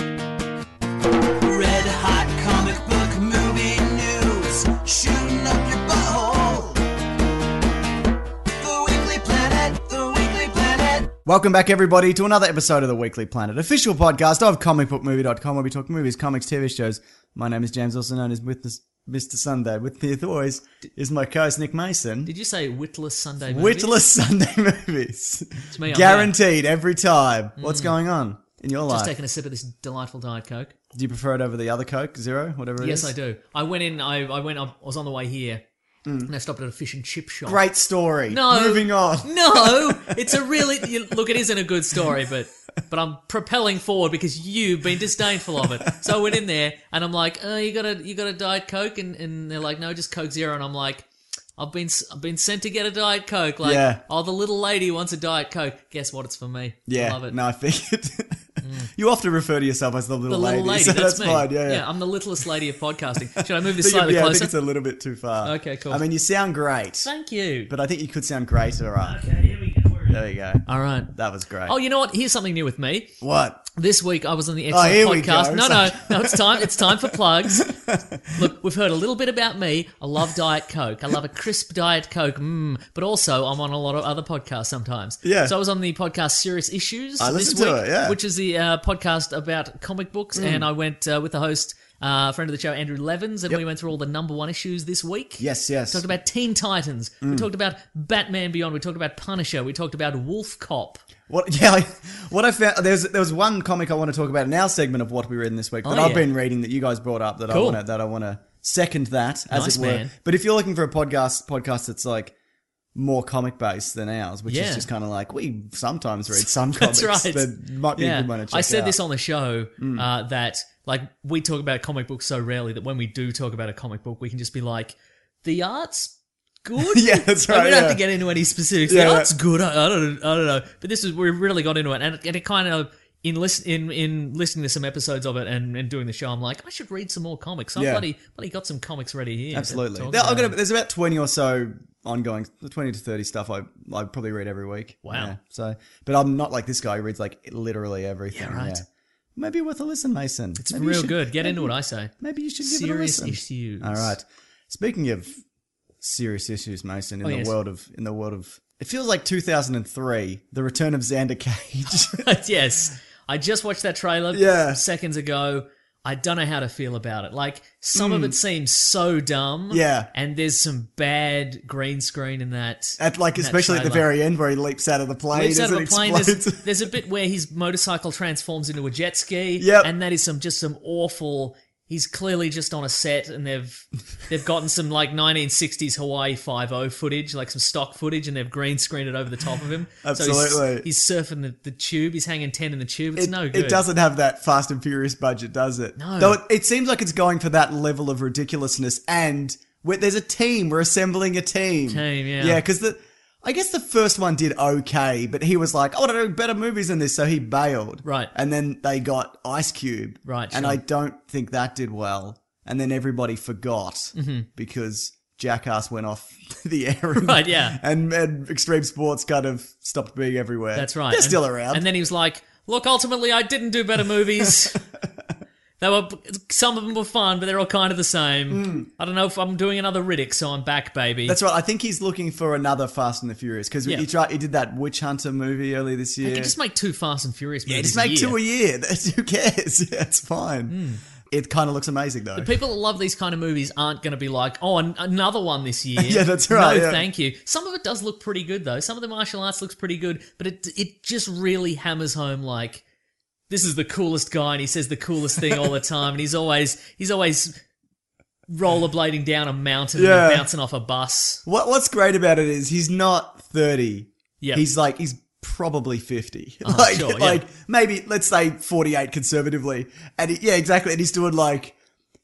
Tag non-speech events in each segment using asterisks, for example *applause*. Red hot comic book movie news, shooting up your butthole. The Weekly Planet, The Weekly Planet. Welcome back, everybody, to another episode of the Weekly Planet, official podcast of comicbookmovie.com, where we talk movies, comics, TV shows. My name is James, also known as with this Mr. Sunday. With me, as always, is my co host Nick Mason. Did you say witless Sunday? Movies? Witless Sunday *laughs* movies. It's me, I'm Guaranteed every time. What's going on in your there. Just life? taking a sip of this delightful diet coke. do you prefer it over the other Coke, Zero, whatever it yes, is? I do. I went in. I, I went. I was on the way here, and I stopped at a fish and chip shop. Mm. Great story. No. Moving *laughs* on. No, it's a really you, look. It isn't a good story, but but I'm propelling forward because you've been disdainful of it. So I went in there and I'm like, oh, you got a you got a diet coke, and, and they're like, no, just coke zero, and I'm like. I've been s- I've been sent to get a diet coke. Like, Yeah. oh, the little lady wants a diet coke. Guess what? It's for me. Yeah. I love it. Mm. No, I figured. *laughs* you often refer to yourself as the little, the *laughs* little lady. so that's that's me. fine. Yeah, yeah. I'm the littlest lady of podcasting. *laughs* Should I move think this it- slightly yeah, I think closer? it's a little bit too far. Okay, cool. I mean, you sound great, Thank you. but I think you could sound greater. Right? Okay, here we go. There you go. All right. That was great. Oh, you know what? Here's something new with me. What? This week I was on the Oh, Excellent here we podcast. go. No, no, no. It's time. It's time *laughs* for plugs. Look, we've heard a little bit about me. I love Diet Coke. I love a crisp Diet Coke. Mmm. But also, I'm on a lot of other podcasts sometimes. Yeah. So I was on the podcast Serious Issues I this listened to week, it, yeah. Mm. which is the uh, podcast about comic books, and I went uh, with the host. Uh, friend of the show, Andrew Levins, and we went through all the number one issues this week. Yes, yes. talked about Teen Titans. We Mm. talked about Batman Beyond. We talked about Punisher. We talked about Wolf Cop. What? Yeah. I, what I found there's there was one comic I want to talk about in our segment of what we read this week that Oh, I've yeah. been reading that you guys brought up that I Cool. want to that I want to second that as Nice, it were. man. But if you're looking for a podcast podcast that's like more comic based than ours, which Yeah. is just kind of like we sometimes read some *laughs* comics *laughs* That's right. that might be a Yeah. good one to check I out. said Mm. this on the show uh, that like we talk about comic books so rarely that when we do talk about a comic book, we can just be like, the art's *laughs* good. Yeah, that's Like, right, we don't yeah. have to get into any specifics. Yeah, the yeah. art's good. I, I don't. I don't know. But this is we really got into it, and, it- and it kind of. In, listen, in in listening to some episodes of it and, and doing the show, I'm like, I should read some more comics. So Yeah. I've bloody, bloody got some comics ready here. to Absolutely. talk There- I've about. got a- there's about 20 or so ongoing, 20 to 30 stuff I, I probably read every week. Wow. Yeah, so, but I'm not like this guy who reads like literally everything. Yeah, right. yeah. Maybe worth a listen, Mason. It's Maybe you real should- good. Get maybe- into it, I say. Maybe you should give Serious it a listen. issues. All *laughs* right. Speaking of serious issues, Mason, in Oh, the yes. world of, in the world of, it feels like 2003, the return of Xander Cage. *laughs* yes. I just watched that trailer Yeah. seconds ago. I don't know how to feel about it. Like some of it seems so dumb. Hmm. Yeah. And there's some bad green screen in that. at like, in that especially at the trailer. very end where he leaps out of the plane. Leaps out as of it a plane. There's, explodes. there's a bit where his motorcycle transforms into a jet ski. Yep. And that is some just some awful. He's clearly just on a set, and they've they've gotten some like 1960s Hawaii Five O footage, like some stock footage, and they've green screened it over the top of him. So Absolutely. he's- he's, surfing the, the tube. He's hanging ten in the tube. It's it, no it good. doesn't have that Fast and Furious budget, does it? No. Though it, it seems like it's going for that level of ridiculousness, and where there's a team. We're assembling a team. Team, yeah. Yeah, because the. I guess the first one did okay, but he was like, "I want to do better movies than this," so he bailed. Right. and then they got Ice Cube. Right, and sure. I don't think that did well. And then everybody forgot Mm-hmm. because Jackass went off *laughs* the air. and- Right, yeah. and, and extreme sports kind of stopped being everywhere. That's right. They're And- still around. And then he was like, "Look, ultimately, I didn't do *laughs* better movies. they were some of them were fun, but they're all kind of the same. Hmm. I don't know if I'm doing another Riddick, so I'm back, baby. That's right. I think he's looking for another Fast and the Furious because Yeah. he tried. He did that Witch Hunter movie earlier this year. You just make two Fast and Furious yeah, movies. just *laughs* a make year. *laughs* Hmm. two a year. That's- Who cares? Yeah, it's fine. It kind of looks amazing though. People that love these kind of movies aren't going to be like, oh, an- another one this *laughs* year. Yeah, that's right, No, yeah. thank you. Some of it does look pretty good though. Some of the martial arts looks pretty good, but it it just really hammers home like this is the coolest guy, and he says the coolest *laughs* thing all the time, and he's always he's always rollerblading down a mountain Yeah. and bouncing off a bus. What What's great about it is he's not thirty. Yeah. Oh, he's like he's probably fifty. *laughs* like sure, yeah. like maybe let's say forty eight conservatively. And he, yeah, exactly. And he's doing like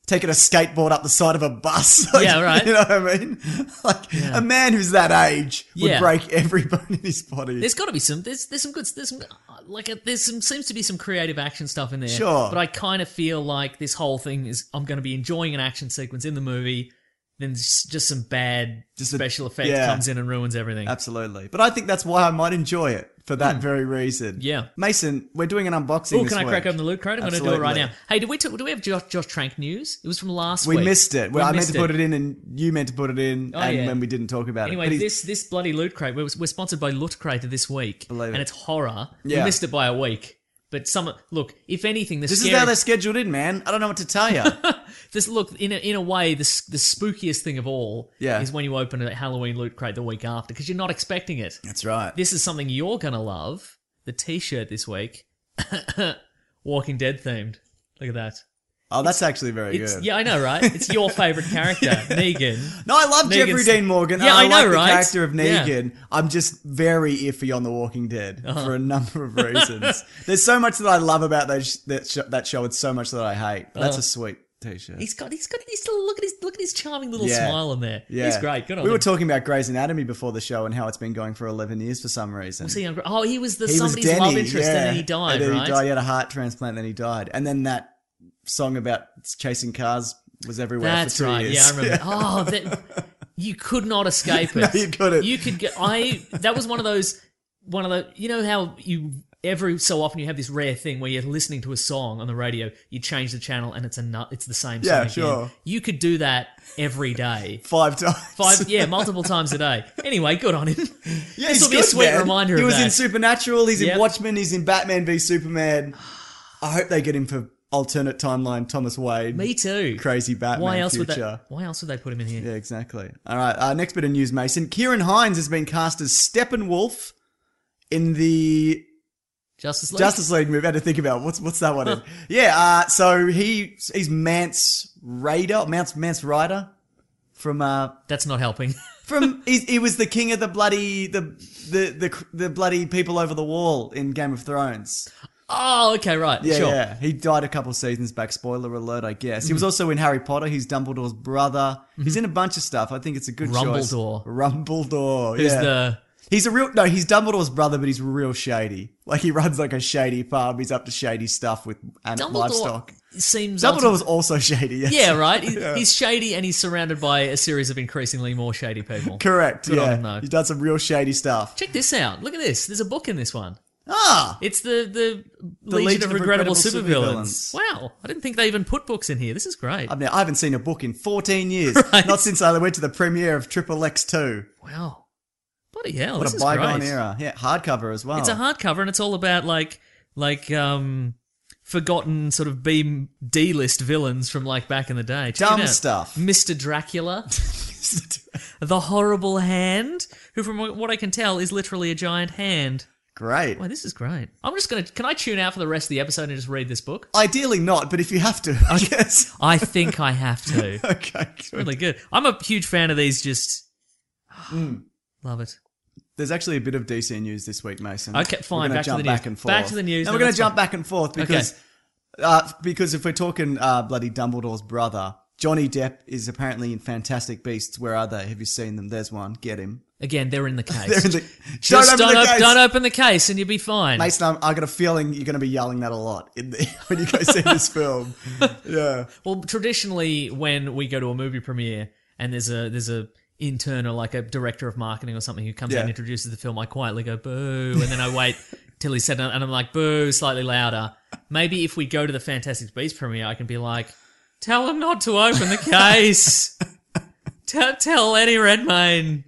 taking a skateboard up the side of a bus. *laughs* Like, Yeah, right. You know what I mean? *laughs* Like a man who's that age would Yeah. break every *laughs* bone in his body. There's got to be some. There's there's some good. There's some like uh, there's some seems to be some creative action stuff in there. Sure. But I kind of feel like this whole thing is I'm going to be enjoying an action sequence in the movie, then s- just some bad Just a- special effect yeah. comes in and ruins everything. Absolutely. But I think that's why I might enjoy it for that very reason. Hmm. Yeah. Mason, we're doing an unboxing. Oh, this can I week. crack open the loot crate? I'm going to do it right Absolutely. now. Hey, do we t- do we have Josh, Josh Trank news? It was from last We week. missed it. We Well, I meant missed to put it in, and you meant to put it in, Oh, and yeah. then we didn't talk about it. Anyway, But he's- this this bloody loot crate. We're, we're sponsored by Loot Crate this week, Believe it. and it's horror. Yeah. We missed it by a week. But some look, if anything, the This scary is how they're scheduled in, man. I don't know what to tell you. *laughs* This look in a, in a way the s- the spookiest thing of all Yeah. is when you open a Halloween loot crate the week after because you're not expecting it. That's right. This is something you're gonna love. The T-shirt this week, *coughs* Walking Dead themed. Look at that. Oh, that's actually very It's, good. yeah, I know, right? It's *laughs* your favorite character, Negan. No, I love Jeffrey Negan's- Dean Morgan. Yeah, and I know, like right? The character of Yeah. Uh-huh. Negan. I'm just very iffy on The Walking Dead for a number of reasons. *laughs* There's so much that I love about that sh- that, sh- that show, and so much that I hate. But that's a sweet t-shirt. Uh-huh. He's got, he's got, he's look at his, look at his charming little Yeah. smile in there. Yeah. he's great. Good on we him. were talking about Grey's Anatomy before the show and how it's been going for 11 years for some reason. See, I'm- oh, he was the he was somebody's Denny, love interest, yeah. and then he died, And then right? He, died, he had a heart transplant, then he died, and then that song about chasing cars was everywhere That's for two right. years. Yeah, I remember. Oh, that, you could not escape it. No, you couldn't. You could get. I. That was one of those. One of the. You know how you every so often you have this rare thing where you're listening to a song on the radio, you change the channel, and it's a nu- It's the same. Yeah, song sure. Again. You could do that every day. *laughs* Five times. Five, yeah, multiple times a day. Anyway, good on him. *laughs* *laughs* Yeah, this he's will be a good, sweet man. reminder He of was that. in Supernatural. He's Yep. in Watchmen. He's in Batman v Superman. I hope they get him for alternate timeline Thomas Wade. Me too. Crazy Batman Why else future. would they? Why else would they put him in here? Yeah, exactly. All right. Uh, next bit of news, Mason. Kieran Hines has been cast as Steppenwolf in the Justice League. Justice League movie. I had to think about what's what's that one. in. Yeah. Uh, so he he's Mance Raider, Mance Mance Rider from uh That's not helping. *laughs* from he, he was the king of the bloody the the the cr- the bloody people over the wall in Game of Thrones. oh, okay, right. Yeah, sure. Mm. yeah. He died a couple of seasons back. Spoiler alert, I guess. He was also in Harry Potter. He's Dumbledore's brother. He's in a bunch of stuff. I think it's a good Mm-hmm. Rumbledore. choice. Rumbledore. Who's yeah. the? He's a real no. He's Dumbledore's brother, but he's real shady. Like he runs like a shady farm. He's up to shady stuff with and Dumbledore livestock. seems Dumbledore ultimately- was also *laughs* shady. Yes. Yeah, right. He- He's shady, and he's surrounded by a series of increasingly more shady people. Correct. Good on him, yeah. though. He's done some real shady stuff. Check this out. Look at this. There's a book in this one. Ah. It's the the, Legion, of Regrettable, Supervillains. Wow, I didn't think they even put books in here. This is great. I mean, I haven't seen a book in 14 years. *laughs* Right. Not since I went to the premiere of Triple X 2. wow, bloody hell, What this a is bygone great. era. Oh. Yeah, hardcover as well. It's a hardcover, and it's all about like like um forgotten sort of B D list villains from like back in the day. Check it Dumb out. stuff. Mr. Dracula. *laughs* *laughs* the horrible hand, who from what I can tell is literally a giant hand. Great. Wow, this is great. I'm just gonna. Can I tune out for the rest of the episode and just read this book? Ideally not, but if you have to, I guess. *laughs* I think I have to. Okay. good. Really good. I'm a huge fan of these. Just Hmm. love it. There's actually a bit of DC news this week, Mason. Okay, fine, We're gonna back to jump the news. back and forth. Back to the news, And no, we're going that's to jump fine. back and forth because uh, because if we're talking uh, bloody Dumbledore's brother, Johnny Depp is apparently in Fantastic Beasts. Where are they? Have you seen them? There's one. Get him. *laughs* Again, they're in the case. They're in the- just Don't open the op- case. don't open the case, and you'll be fine. Mason, I'm, I got a feeling you're going to be yelling that a lot in the, *laughs* when you go see this film. *laughs* Yeah. Well, traditionally, when we go to a movie premiere and there's a there's a intern or like a director of marketing or something who comes out Yeah. and introduces the film, I quietly go boo, and then I *laughs* wait till he's said, it, and I'm like boo slightly louder. Maybe if we go to the Fantastic Beasts premiere, I can be like, tell him not to open the *laughs* case. T- tell Eddie Redmayne.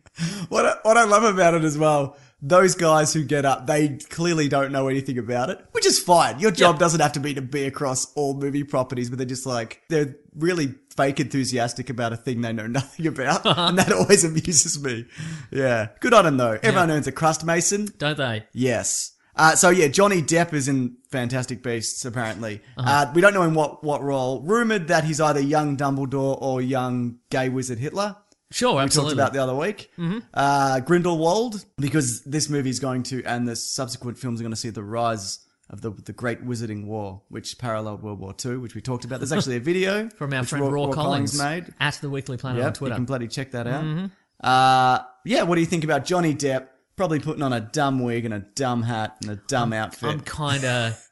What I, what I love about it as well, those guys who get up, they clearly don't know anything about it, which is fine. Your job Yeah. doesn't have to be to be across all movie properties, but they're just like, they're really fake enthusiastic about a thing they know nothing about. And that always amuses me. Yeah. Good on them though. Everyone earns a crust, Mason. don't they? Yes. Uh, so yeah, Johnny Depp is in Fantastic Beasts. Apparently, uh we don't know in what what role. Rumored that he's either young Dumbledore or young gay wizard Hitler. Sure, We talked absolutely. Mm-hmm. about the other week. Uh, Grindelwald, because this movie is going to, and the subsequent films are going to see the rise of the the Great Wizarding War, which paralleled World War Two, which we talked about. There's actually a video *laughs* From our which friend Raw, Collins, made. at the Weekly Planet Yeah, on Twitter. Mm-hmm. You can bloody check that out. Uh, yeah, what do you think about Johnny Depp? Probably putting on a dumb wig and a dumb hat and a dumb outfit. I'm *laughs* kind of.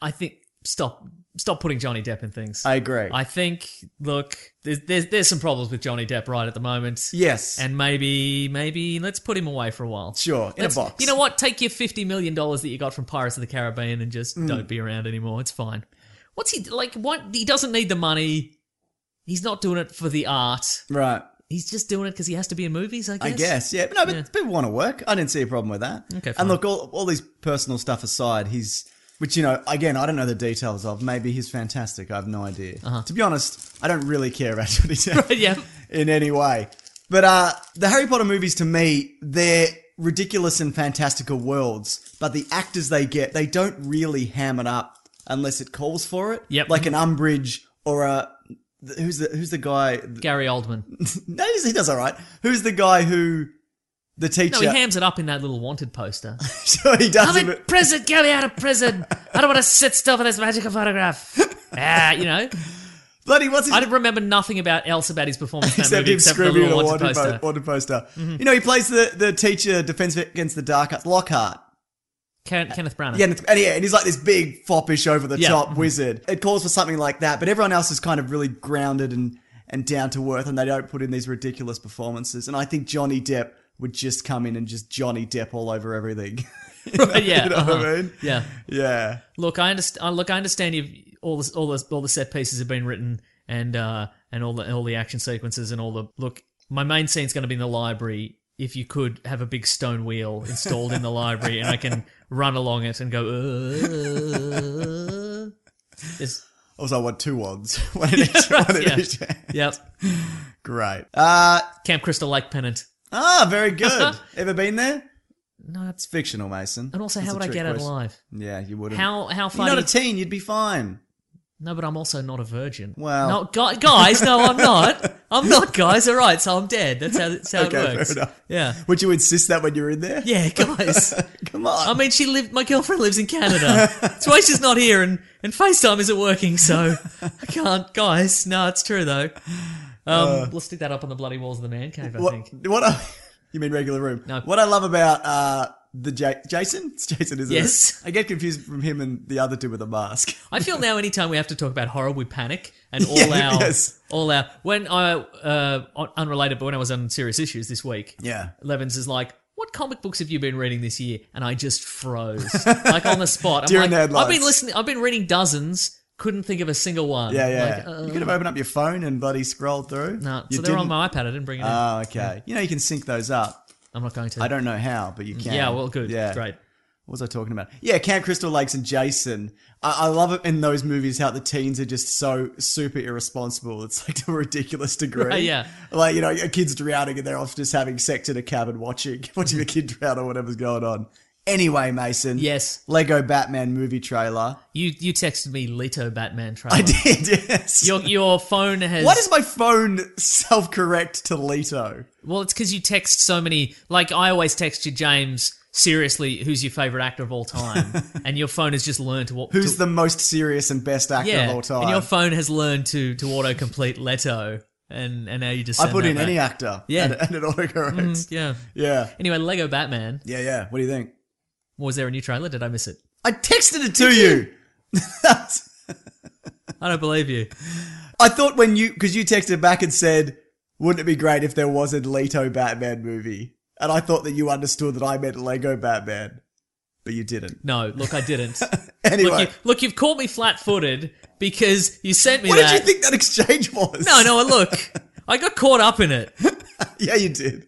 I think stop stop putting Johnny Depp in things. I agree. I think look, there's, there's there's some problems with Johnny Depp right at the moment. yes. And maybe maybe let's put him away for a while. sure, in a Let's- box. You know what? Take your fifty million dollars that you got from Pirates of the Caribbean and just Mm. don't be around anymore. It's fine. What's he like? What he doesn't need the money. He's not doing it for the art. Right. He's just doing it because he has to be in movies. I guess. I guess, yeah. But no, but Yeah. people want to work. I didn't see a problem with that. Okay, fine. And look, all, all these personal stuff aside, he's, which, you know, again, I don't know the details of. Maybe he's fantastic. I have no idea. Uh-huh. To be honest, I don't really care about *laughs* Johnny Depp *laughs* yeah. in any way. But uh, the Harry Potter movies, to me, they're ridiculous and fantastical worlds. But the actors they get, they don't really ham it up unless it calls for it. Yep. Like an Umbridge or a. Who's the who's the guy? Gary Oldman. No, he's- he does all right. Who's the guy who the teacher? No, he hams it up in that little wanted poster. *laughs* So he does. I'm in but- prison. Get me out of prison. I don't want to sit still for this magical photograph. Ah, you know. Bloody what's his I remember nothing about else about his performance in except that movie him except for the scribbling little a Mm-hmm. wanted wanted, poster. po- wanted poster. You know, he plays the the teacher defense against the dark Arts, Lockhart. Ken- Kenneth Branagh. Yeah, and, it's- and yeah, and he's like this big foppish over the Yeah. Mm-hmm. top wizard. It calls for something like that, but everyone else is kind of really grounded and and down to earth, and they don't put in these ridiculous performances. And I think Johnny Depp would just come in and just Johnny Depp all over everything. *laughs* *laughs* yeah, you know what uh-huh. I mean? Yeah. Yeah. Look, I understand. Look, I understand. You've all this, all this, all the set pieces have been written, and uh, and all the all the action sequences, and all the look. My main scene's going to be in the library. If you could have a big stone wheel installed in the library, and I can run along it and go. Uh, It's- Also, I want two wands. *laughs* One in *laughs* each. One in yeah. each. yep. Great. Uh, Camp Crystal Lake pennant. ah, very *laughs* good. Ever been there? No, that's. Fictional, Mason. And also, That's how a would I trick get out question. Hmm. alive? Yeah, you wouldn't. How how You're far? not do a you- teen. You'd be fine. No, but I'm also not a virgin. Well. no, gu- guys, no, I'm not. *laughs* I'm not, guys. All right, so I'm dead. That's how, that's how Okay, it fair works. enough. Yeah, Would you insist that when you're in there? yeah, guys. *laughs* Come on. I mean, she lived. My girlfriend lives in Canada. That's why she's not here, and and FaceTime isn't working. So I can't, guys. No, it's true though. Um, let's stick that up on the bloody walls of the man cave. I Uh. what? think. What? I, *laughs* you mean regular room? No. What I love about uh the ja- Jason? It's Jason, isn't Yes. it? I get confused from him and the other two with a mask. *laughs* I feel now anytime we have to talk about horror, we panic and all Yeah, our yes. all our when I uh un- unrelated, but when I was on serious issues this week, Yeah. Levins is like, "What comic books have you been reading this year?" And I just *laughs* froze, like on the spot. I'm During like, the headlines. I've been listening. I've been reading dozens. Couldn't think of a single one. Yeah, yeah. Like, uh, you could have opened up your phone and bloody scrolled through. no, you so they're on didn't- my iPad. I didn't bring it in. Oh, okay. You know you can sync those up. I'm not going to. I don't know how, but you can. Yeah, well, good. Yeah, Great. What was I talking about? Yeah, Camp Crystal Lakes and Jason. I, I love it in those movies how the teens are just so super irresponsible. It's like to a ridiculous degree. Right, yeah. Like, you know, a kid's drowning and they're off just having sex in a cabin watching, *laughs* watching the kid drown or whatever's going on. Anyway, Mason. Yes. Oh. Lego Batman movie trailer. You you texted me Leto Batman trailer. I did, *laughs* yes. Your your *laughs* phone has. Why does my phone self correct to Leto? Well, it's because you text so many. Like I always text you, James. Seriously, who's your favorite actor of all time? *laughs* and your phone has just learned to what? Who's to, the most serious and best actor *laughs* yeah? of all time? And your phone has learned to to autocomplete Leto, and and now you just I send put that in back. any actor. Yeah. And, and it autocorrects. Mm, yeah. Yeah. Anyway, Lego Batman. Yeah, yeah. What do you think? Was there a new trailer? Did I miss it? I texted it to you. *laughs* I don't believe you. I thought when you, because you texted back and said, wouldn't it be great if there was a Leto Batman movie? And I thought that you understood that I meant Lego Batman, but you didn't. No, look, *laughs* I didn't. Look, Anyway, you, look you've caught me flat-footed because you sent me what that. did you think that *laughs* exchange was? No, no, look, I got caught up in it. yeah, you did.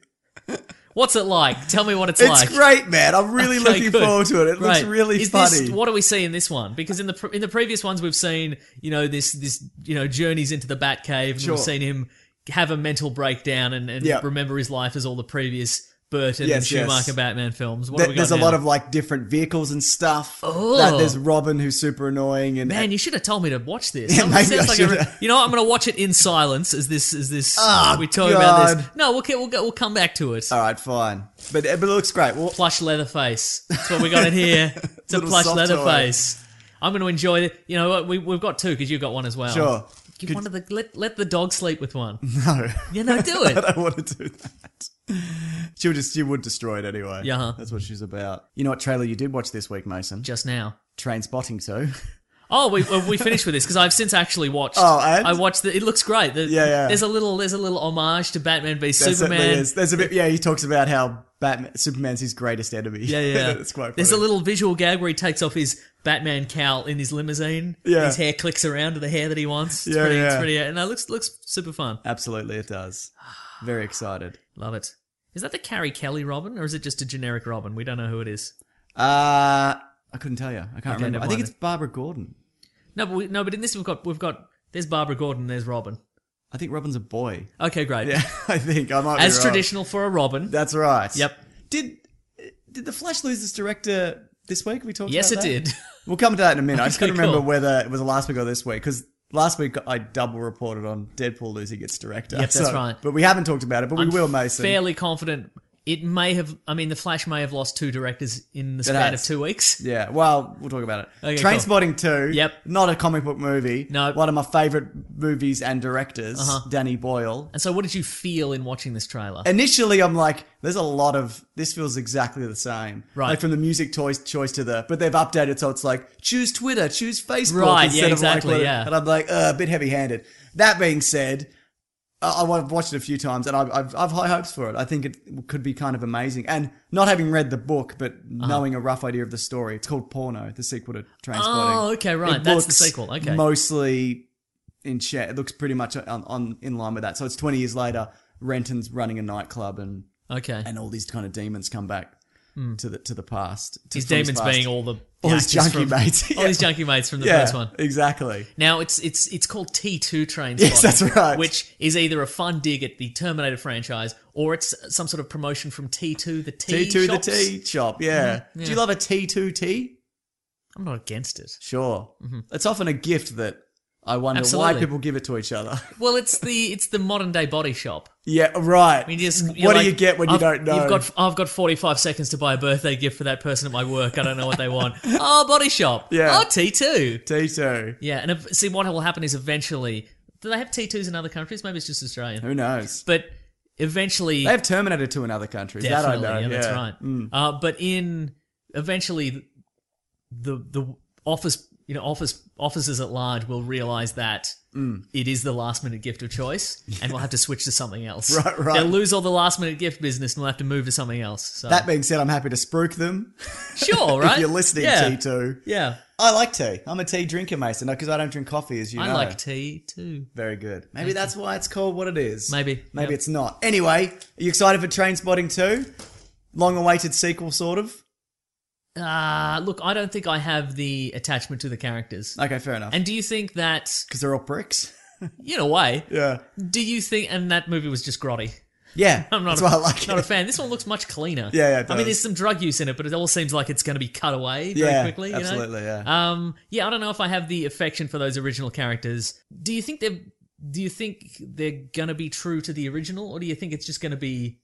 What's it like? Tell me what it's, It's like. great, man. I'm really Okay, looking good. forward to it. It looks Great. really Is funny. this- what do we see in this one? Because in the pre- in the previous ones we've seen, you know, this this you know journeys into the Batcave, and Sure. we've seen him have a mental breakdown and, and Yeah. remember his life as all the previous Burton and Yes, yes. Schumacher Batman films. What There- have we got there's a now? lot of like different vehicles and stuff. Oh. That- there's Robin who's super annoying and Man, you should have told me to watch *laughs* this. Yeah, Sounds- maybe sounds I like a- should've. you know, what? I'm going to watch it in silence. As this, as this, Ah, we talk about this. God. No, we'll get, we'll go, we'll come back to it. all right, fine. But, but it looks great. Well, Plush leather face. That's what we got in here. *laughs* It's a Little plush soft leather toy. face. I'm going to enjoy it. You know what? We, we've got two because you've got one as well. sure. Give one of the let, let the dog sleep with one. *laughs* No, Yeah, *laughs* no, do it. I don't want to do that. She'll just she would destroy it anyway. Yeah, huh. that's what she's about. You know what trailer you did watch this week, Mason? Just now. Train Spotting, *laughs* so Oh, we well, we finished with this because I've since actually watched. Oh, and? I watched the. It looks great. The, Yeah, yeah. There's a little there's a little homage to Batman v There certainly Superman. is. There's a bit. Yeah, he talks about how Batman Superman's his greatest enemy. *laughs* Yeah, yeah. it's quite. There's a funny. little visual gag where he takes off his Batman cowl in his limousine. Yeah. His hair clicks around to the hair that he wants. It's Yeah, pretty, It's yeah. pretty, and it looks looks super fun. Absolutely, it does. Very excited. Love it. Is that the Carrie Kelly Robin, or is it just a generic Robin? We don't know who it is. Uh I couldn't tell you. I can't remember. never I think mind. it's Barbara Gordon. No, but we, no, but in this we've got we've got there's Barbara Gordon, there's Robin. I think Robin's a boy. *laughs* Okay, great. Yeah, I think I might. be As wrong. traditional for a Robin. That's right. Yep. Did did the Flash lose its director this week? We talked. Yes, it about that? did. We'll come to that in a minute. *laughs* I just Okay, couldn't remember cool. whether it was last week or this week because last week I double reported on Deadpool losing its director. Yep, that's right. But we haven't talked about it. But we will, Mason. Fairly confident. It may have. I mean, the Flash may have lost two directors in the It span of has. two weeks. Yeah, well, we'll talk about it. Okay, Train Spotting 2. Yep. Not a comic book movie. No. Uh-huh. One of my favorite movies and directors, Danny Boyle. And so, what did you feel in watching this trailer? initially I'm like, there's a lot of this feels exactly the same. Right. Like from the music choice choice to the but they've updated so it's like choose Twitter, choose Facebook. Right, instead yeah, of exactly, Like, what- yeah. And I'm like, uh, a bit heavy handed. That being said, I- I've watched it a few times and I've, I've, I've high hopes for it. I think it could be kind of amazing. And not having read the book, but Uh-huh. knowing a rough idea of the story, it's called Porno, the sequel to Transporting. Oh, okay, right. It That's the looks sequel. Okay. Mostly in chat. It looks pretty much on, on in line with that. So it's 20 years later. Renton's running a nightclub and okay. and all these kind of demons come back to the to the past. To, His from Hmm. demons past. being all the All his actors junkie from- mates. *laughs* all his junkie mates from the yeah, first one. exactly. Now it's it's it's called T two Train Yes, Spotting, that's right. Which is either a fun dig at the Terminator franchise or it's some sort of promotion from T two the T T two the shops. Mm-hmm, T shop. Yeah. Do yeah. you love a T two T? I'm not against it. Sure. It's often a gift that I wonder why Mm-hmm. Absolutely. people give it to each other. *laughs* Well, it's the it's the modern day body shop. yeah. Right. I mean, just what you're do like, you get when you "I've- don't know? You've got I've got 45 seconds to buy a birthday gift for that person at my work. I don't know what they *laughs* want. oh, body shop. Yeah. Oh, T two. T two. Yeah, and if, see what will happen is eventually. Do they have T twos in other countries? Maybe it's just Australia. Who knows? But eventually, They have Terminator two in other countries. Definitely, that I know. yeah, that's yeah. Hmm. right. Uh, but in eventually, the the office you know office offices at large will realize that Hmm. it is the last minute gift of choice, and we'll have to switch to something else. *laughs* Right, right. They'll lose all the last minute gift business, and we'll have to move to something else. So That being said, I'm happy to spruik them. sure, *laughs* right? If you're listening, yeah. T two. Yeah, I like tea. I'm a tea drinker, Mason, because I don't drink coffee, as you I know. like tea too. Very good. Maybe that's why it's called what it is. Maybe, Maybe yep. it's not. Anyway, are you excited for Train Spotting 2? Long awaited sequel, sort of. Uh, look, I don't think I have the attachment to the characters. Okay, fair enough. And do you think that, Because they're all pricks. in a way, *laughs* Yeah. do you think, and that movie was just grotty? Yeah. *laughs* I'm not, that's a, why I like not it. a fan. This one looks much cleaner. Yeah, yeah, it I mean, does. there's some drug use in it, but it all seems like it's going to be cut away very yeah, quickly. You absolutely, Know? yeah. Um, yeah, I don't know if I have the affection for those original characters. Do you think they're do you think they're going to be true to the original, or do you think it's just going to be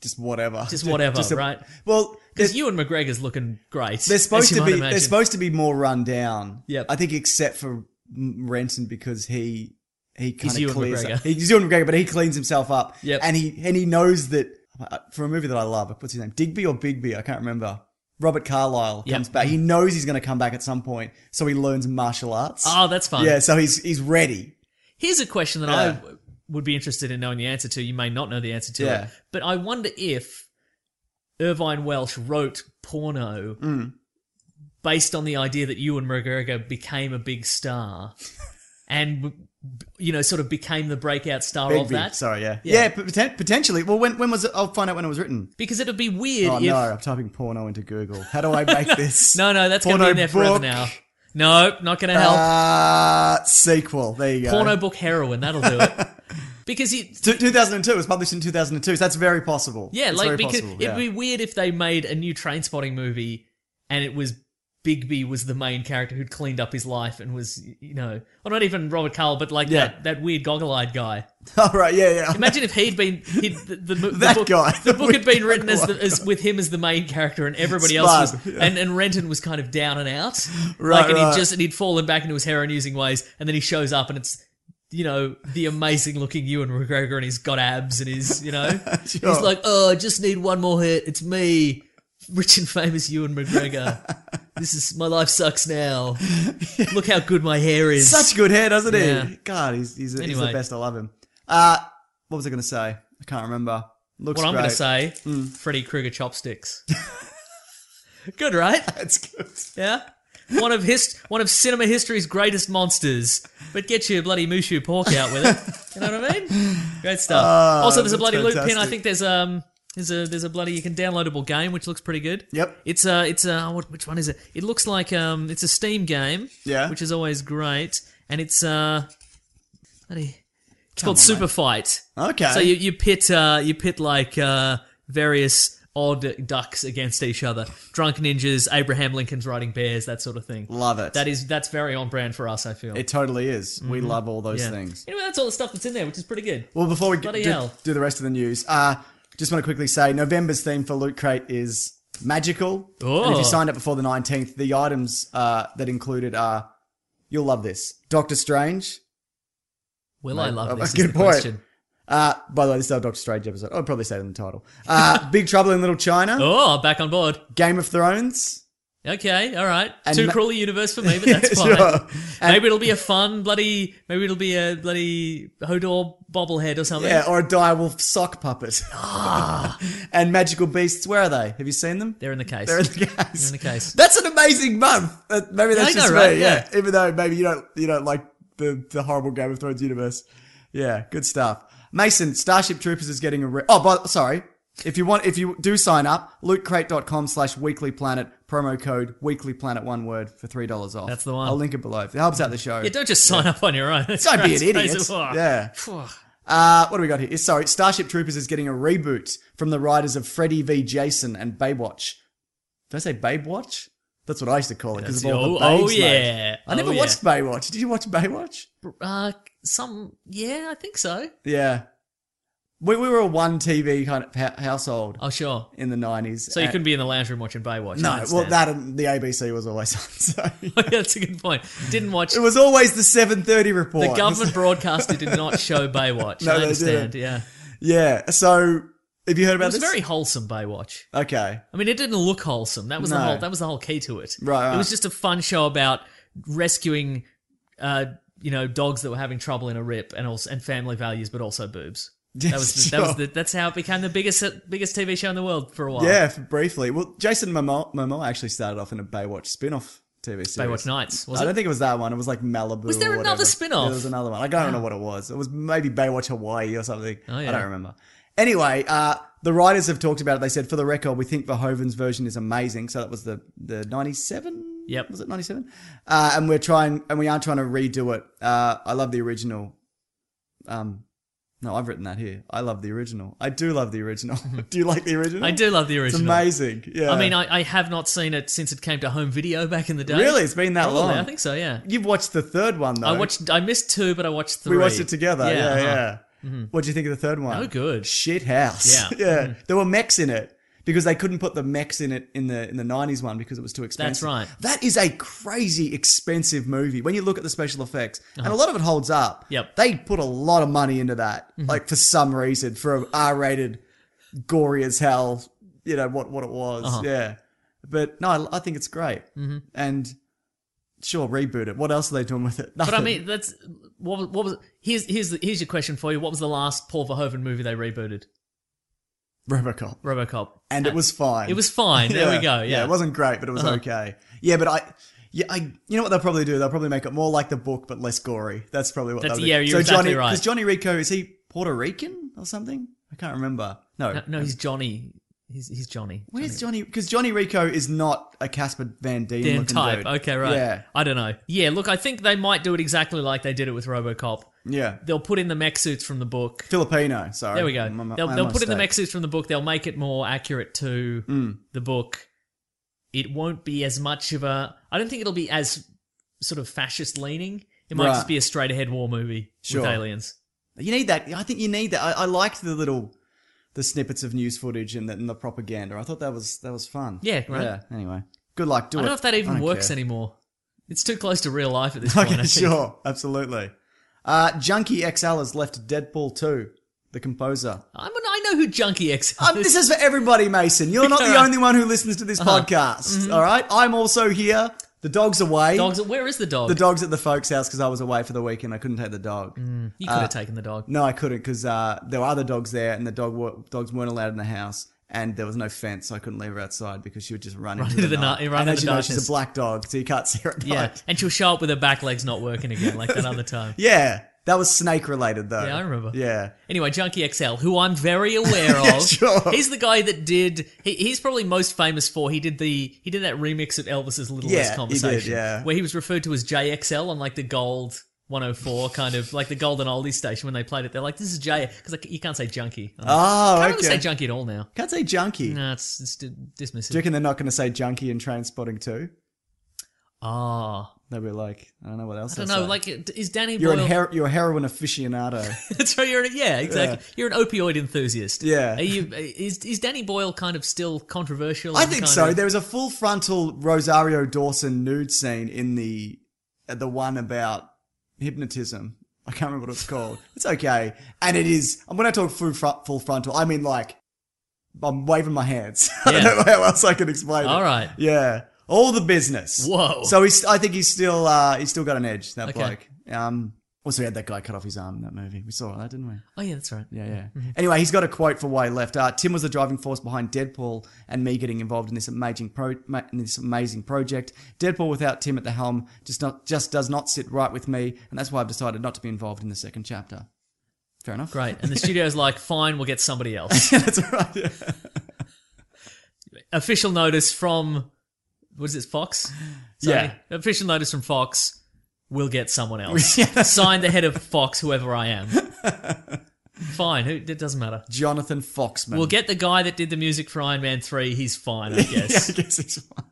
just whatever. just whatever, a- right? Well, there's- Because Ewan McGregor's looking great. They're supposed as you to might be. imagine. They're supposed to be more run down. Yep. I think except for M- Renton because he he kind Ewan of clears. McGregor. Up. He's Ewan McGregor, but he cleans himself up. Yep. And he and he knows that uh, for a movie that I love, what's his name? Digby or Bigby? I can't remember. Robert Carlyle Yep. comes back. He knows he's going to come back at some point, so he learns martial arts. Oh, that's fun. yeah. So he's he's ready. Here's a question that I Yeah. w- would be interested in knowing the answer to. You may not know the answer to Yeah. it, but I wonder if Irvine Welsh wrote porno Mm. *laughs* based on the idea that Ewan McGregor became a big star and you know sort of became the breakout star Oh, of Begbie. that. Sorry, yeah. Yeah. Yeah, p- poten- potentially. Well, when, when was it? I'll find out when it was written. Because it would be weird Oh, if no, I'm typing porno into Google. How do I *laughs* make this? no, no, that's going to be in there forever Porno now. book. No, not going to help. Uh, sequel. There you go. Porno book heroin, that'll do *laughs* it. because it, T- 2002. It was published in 2002, so that's very possible. Yeah, It's like very because possible, yeah. it'd be weird if they made a new train spotting movie and it was Bigby was the main character who'd cleaned up his life and was you know or not even Robert Carl, but like Yeah. that, that weird goggle eyed guy. *laughs* All right, yeah, yeah. Imagine if he'd been he'd, the, the, *laughs* mo- the That book, guy, The the book had been *laughs* written as, the, weird as with him as the main character and everybody else Smart, was yeah. and, and Renton was kind of down and out. Right, like and right. he'd just and he'd fallen back into his heroin using ways and then he shows up and it's you know the amazing looking Ewan McGregor and he's got abs and he's you *laughs* know Sure. He's like, oh, I just need one more hit. It's me, rich and famous Ewan McGregor. this is my life sucks now. Look how good my hair is. such good hair, doesn't he? Yeah. God, he's he's, he's Anyway. the best. I love him. Uh, what was I going to say? I can't remember. Looks what I'm great. Hmm. going to say, Freddy Krueger chopsticks. *laughs* good, right? That's good. Yeah. One of his, one of cinema history's greatest monsters. But get your bloody Mushu pork out with it. You know what I mean? Great stuff. Ah, also, there's a that's bloody loop pin. I fantastic. think there's um. There's a there's a bloody you can downloadable game which looks pretty good. Yep. It's a it's a what, which one is it? It looks like um it's a Steam game. Yeah. Which is always great, and it's uh, bloody, it's called on, Super mate. Fight. Okay. So you, you pit uh, you pit like uh, various odd ducks against each other. Drunk ninjas, Abraham Lincoln's riding bears, that sort of thing. love it. That is that's very on brand for us. I feel. It totally is. We love all those Yeah. things. Anyway, that's all the stuff that's in there, which is pretty good. Well, before we g- Bloody do, hell. do the rest of the news, uh, just want to quickly say November's theme for Loot Crate is magical. And if Oh. you signed up before the 19th, the items uh, that included are, you'll love this, Doctor Strange. Will I love oh, this? good is the point. question. Uh, by the way, this is our Doctor Strange episode. I'll probably say it in the title. *laughs* Uh, Big Trouble in Little China, Oh, back on board. Game of Thrones. Okay, all right. And Too ma- cruel a universe for *laughs* me, but that's fine. Sure. And- Maybe it'll be a fun bloody. Maybe it'll be a bloody Hodor bobblehead or something. Yeah, or a direwolf sock puppet. Ah. *laughs* and magical beasts. Where are they? Have you seen them? they're in the case. They're in the case. in *laughs* the case. That's an amazing month. Uh, maybe that's I know, just right? me. Yeah. Even though maybe you don't you don't like the the horrible Game of Thrones universe. Yeah, good stuff. Mason, Starship Troopers is getting a re- oh, but sorry. If you want, if you do sign up, lootcrate.com slash weekly planet, promo code weekly planet, one word for $3 off. That's the one. I'll link it below. It helps out the show. Yeah, don't just sign up on your own. Don't be an *laughs* That's idiot. crazy. Oh. Yeah. Phew. Uh, what do we got here? Sorry, Starship Troopers is getting a reboot from the writers of Freddy v Jason and Baywatch. Did I say Baywatch? That's what I used to call it because of That's- all the oh- oh, babes, mate. yeah. I never Oh, yeah. watched Baywatch. Did you watch Baywatch? Uh, some, yeah, I think so. Yeah, we we were a one TV kind of ha- household Oh, sure. in the nineties. So you couldn't be in the lounge room watching Baywatch. Uh, I No, well, understand. that and the ABC was always *laughs* on. So *laughs* Yeah, that's a good point. Didn't watch. it was always the seven thirty report. the government broadcaster did not show Baywatch. *laughs* No, I they understand. didn't. Yeah, Yeah. So have you heard it about was this? very wholesome. Baywatch. okay. I mean, it didn't look wholesome. That was the No. whole. That was the whole key to it. Right, right. It was just a fun show about rescuing, uh, you know, dogs that were having trouble in a rip, and also and family values, but also boobs. That was the, that *laughs* was Sure. the, that's how it became the biggest biggest TV show in the world for a while. Yeah, for briefly. Well, Jason Momoa, Momoa actually started off in a Baywatch spin-off TV series. Baywatch Nights. Was I it? don't think it was that one. It was like Malibu. Was there or another whatever. spin-off? Yeah, there was another one. Like, I don't know what it was. It was maybe Baywatch Hawaii or something. Oh, yeah. I don't remember. Anyway, uh, the writers have talked about it. They said, for the record, we think Verhoeven's version is amazing. So that was the the ninety seven. Yep. Was it ninety seven? Uh, and we're trying, and we are trying to redo it. Uh, I love the original. Um, no, I've written that here. I love the original. I do love the original. *laughs* do you like the original? I do love the It's original. amazing. Yeah. I mean, I, I have not seen it since it came to home video back in the day. really, it's been that Probably, long. I think so. Yeah. You've watched the third one though. I watched. I missed two, but I watched three. We watched it together. Yeah, yeah. uh-huh. What do you think of the third one? Oh, good. Shit house. Yeah. *laughs* Mm. There were mechs in it because they couldn't put the mechs in it in the in the nineties one because it was too expensive. right. That is a crazy expensive movie when you look at the special effects, and a lot of it holds up. Uh-huh. Yep. Mm-hmm. They put a lot of money into that, like for some reason, for a R rated, gory as hell. You know what what it was. Uh-huh. Yeah. But no, I, I think it's great. Mm-hmm. And sure, reboot it. What else are they doing with it? But I Nothing. mean, that's what was. What was here's here's the, here's your question for you. What was the last Paul Verhoeven movie they rebooted? Robocop. RoboCop. and it was fine. *laughs* It was fine. There we go. Yeah. Uh-huh. it wasn't great, but it was okay. Yeah, but I, Yeah, I, you know what they'll probably do? They'll probably make it more like the book, but less gory. That's probably what That's- they'll do. yeah, you're so exactly Johnny, right. Because Johnny Rico, is he Puerto Rican or something? I can't remember. No. No, no, he's Johnny. He's he's Johnny. Where's Johnny? Because Johnny Rico is not a Casper Van Dien Dan looking type. dude. Okay, right. Yeah. I don't know. Yeah, look, I think they might do it exactly like they did it with RoboCop. Yeah. They'll put in the mech suits from the book. Filipino, sorry. There we go. My- my- they'll my they'll put in the mistake. mech suits from the book. They'll make it more accurate to Mm. the book. It won't be as much of a. I don't think it'll be as sort of fascist leaning. It might Right. just be a straight ahead war movie Sure. with aliens. You need that. I think you need that. I, I liked the little the snippets of news footage and the, and the propaganda. I thought that was that was fun. Yeah, right. Yeah. Anyway, good luck. Do I it. don't know if that even don't works care. anymore. It's too close to real life at this point. *laughs* I Okay, think. sure, absolutely. Uh, Junkie XL has left Deadpool 2, the composer. I'm an, I know who Junkie X Um, is. this is for everybody, Mason. You're *laughs* not the Alright. only one who listens to this Uh-huh. podcast. all right, I'm also here. The dog's away. *laughs* Mm-hmm. Dogs. Where is the dog? the dog's at the folks' house because I was away for the weekend. I couldn't take the dog. You Uh, could have taken the *laughs* dog. No, I couldn't because uh, there were other dogs there, and the dog were, dogs weren't allowed in the house, and there was no fence, so I couldn't leave her outside because she would just run, into, the, night. run and into as the you know, she's darkness. a black dog, so you can't see her at Yeah, night. and she'll show up with her back legs not working again, like *laughs* that other time. Yeah, that was snake related though. Yeah, I remember. Yeah, Anyway, Junkie XL, who I'm *laughs* very aware of, sure. he's the guy that did. He, he's probably most famous for he did the he did that remix of Elvis's Little Yeah, Less he Conversation, did, yeah. where he was referred to as JXL on like the gold 104 kind of like the golden oldie station when they played it. They're like, this is J because like, you can't say junkie. I'm like, Oh, can't okay. really say junkie at all now. can't say junkie. No, it's, it's d- dismissive. Do you reckon they're not going to say junkie in train spotting too? Ah, They'll be like, I don't know what else. I don't they'll know. say. Like, is Danny you're Boyle? an her- you're a heroin aficionado. *laughs* That's right. You're an, yeah, exactly. You're an opioid enthusiast. Yeah. Are you? Is is Danny Boyle kind of still controversial? I and think kind so. of- There was a full frontal Rosario Dawson nude scene in the uh, the one about hypnotism. I can't remember what it's called. It's okay, and it is. I'm going to talk full, fr- full frontal. I mean, like I'm waving my hands. *laughs* I Yeah. don't know how else I can explain it. All right. Yeah, all the business. Whoa. So he's. I think he's still. Uh, he's still got an edge. That Okay. bloke. Um. Also, he had that guy cut off his arm in that movie. We saw that, didn't we? Oh yeah, that's right. Yeah, yeah. Mm-hmm. Anyway, he's got a quote for why he left. Uh, Tim was the driving force behind Deadpool and me getting involved in this amazing pro- ma- in this amazing project. Deadpool without Tim at the helm just not just does not sit right with me, and that's why I've decided not to be involved in the second chapter. Fair enough. Great. And the studio's like, fine, we'll get somebody *laughs* else. that's right. *laughs* *laughs* Yeah. Official notice from what is it? Fox. Yeah. Official notice from Fox. We'll *laughs* get someone else. Sign the head of Fox, whoever I am. fine. Who, it doesn't matter. Jonathan Foxman. We'll get the guy that did the music for Iron Man three. He's fine, I guess. *laughs* yeah, *laughs* I guess it's fine.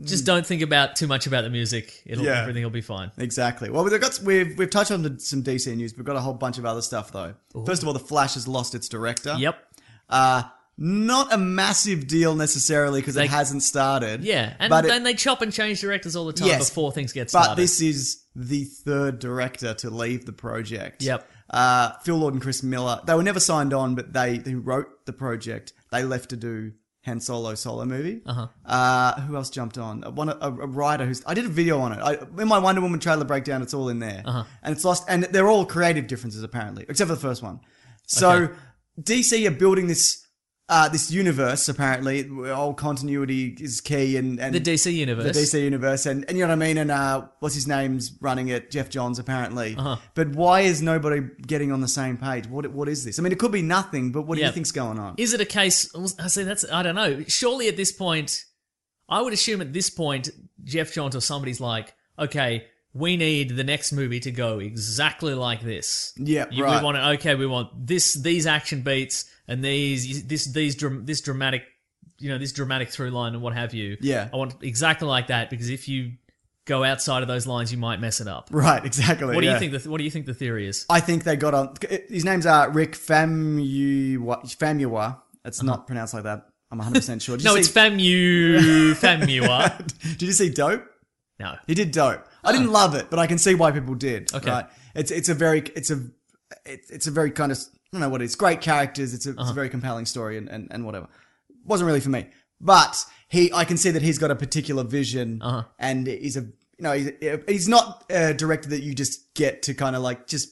Just don't think about too much about the music. It'll Yeah. everything will be fine. Exactly. Well, we've got we've we've touched on some DC news. We've got a whole bunch of other stuff though. First of all, the Flash has lost its director. Yep. Uh, not a massive deal necessarily because They- it hasn't started. Yeah, and But it- then they chop and change directors all the time Yes, before things get started. But this is the third director to leave the project. Yep. Uh, Phil Lord and Chris Miller, they were never signed on, but they who wrote the project, they left to do Han Solo solo movie. Uh-huh. Uh, who else jumped on? Uh, One a, a writer who's I did a video on it. I, in my Wonder Woman trailer breakdown, it's all in there, uh-huh. and it's lost. And they're all creative differences apparently, except for the first one. So Okay. DC are building this. Uh, this universe apparently, where all continuity is key, and, and the DC universe. the DC universe, and, and you know what I mean. And uh, what's his name's running it, Jeff Johns apparently. Uh-huh. But why is nobody getting on the same page? What what is this? I mean, it could be nothing, but what do Yeah. you think's going on? Is it a case? I say that's I don't know. Surely at this point, I would assume at this point, Jeff Johns or somebody's like, okay, we need the next movie to go exactly like this. Yeah, You- right. We want it. Okay, we want this these action beats and these this these dram- this dramatic, you know, this dramatic through line and what have you. Yeah. I want exactly like that because if you go outside of those lines, you might mess it up. right, exactly. What do yeah. you think? The th- what do you think the theory is? I think they got on. His name's uh, Rick Famuyiwa. Famuyiwa. It's not pronounced like that. I'm 100 percent sure. Did Uh-huh. No, you it's see, *laughs* Famu Famua. Did you see *laughs* Dope? No, He did dope. I didn't love it, but I can see why people did. Okay. right? It's it's a very it's a it's it's a very kind of I don't know what it is. Great characters. It's a, it's a very compelling story and, and and whatever. Wasn't really for me, but he I can see that he's got a particular vision and he's a you know he's, he's not a director that you just get to kind of like just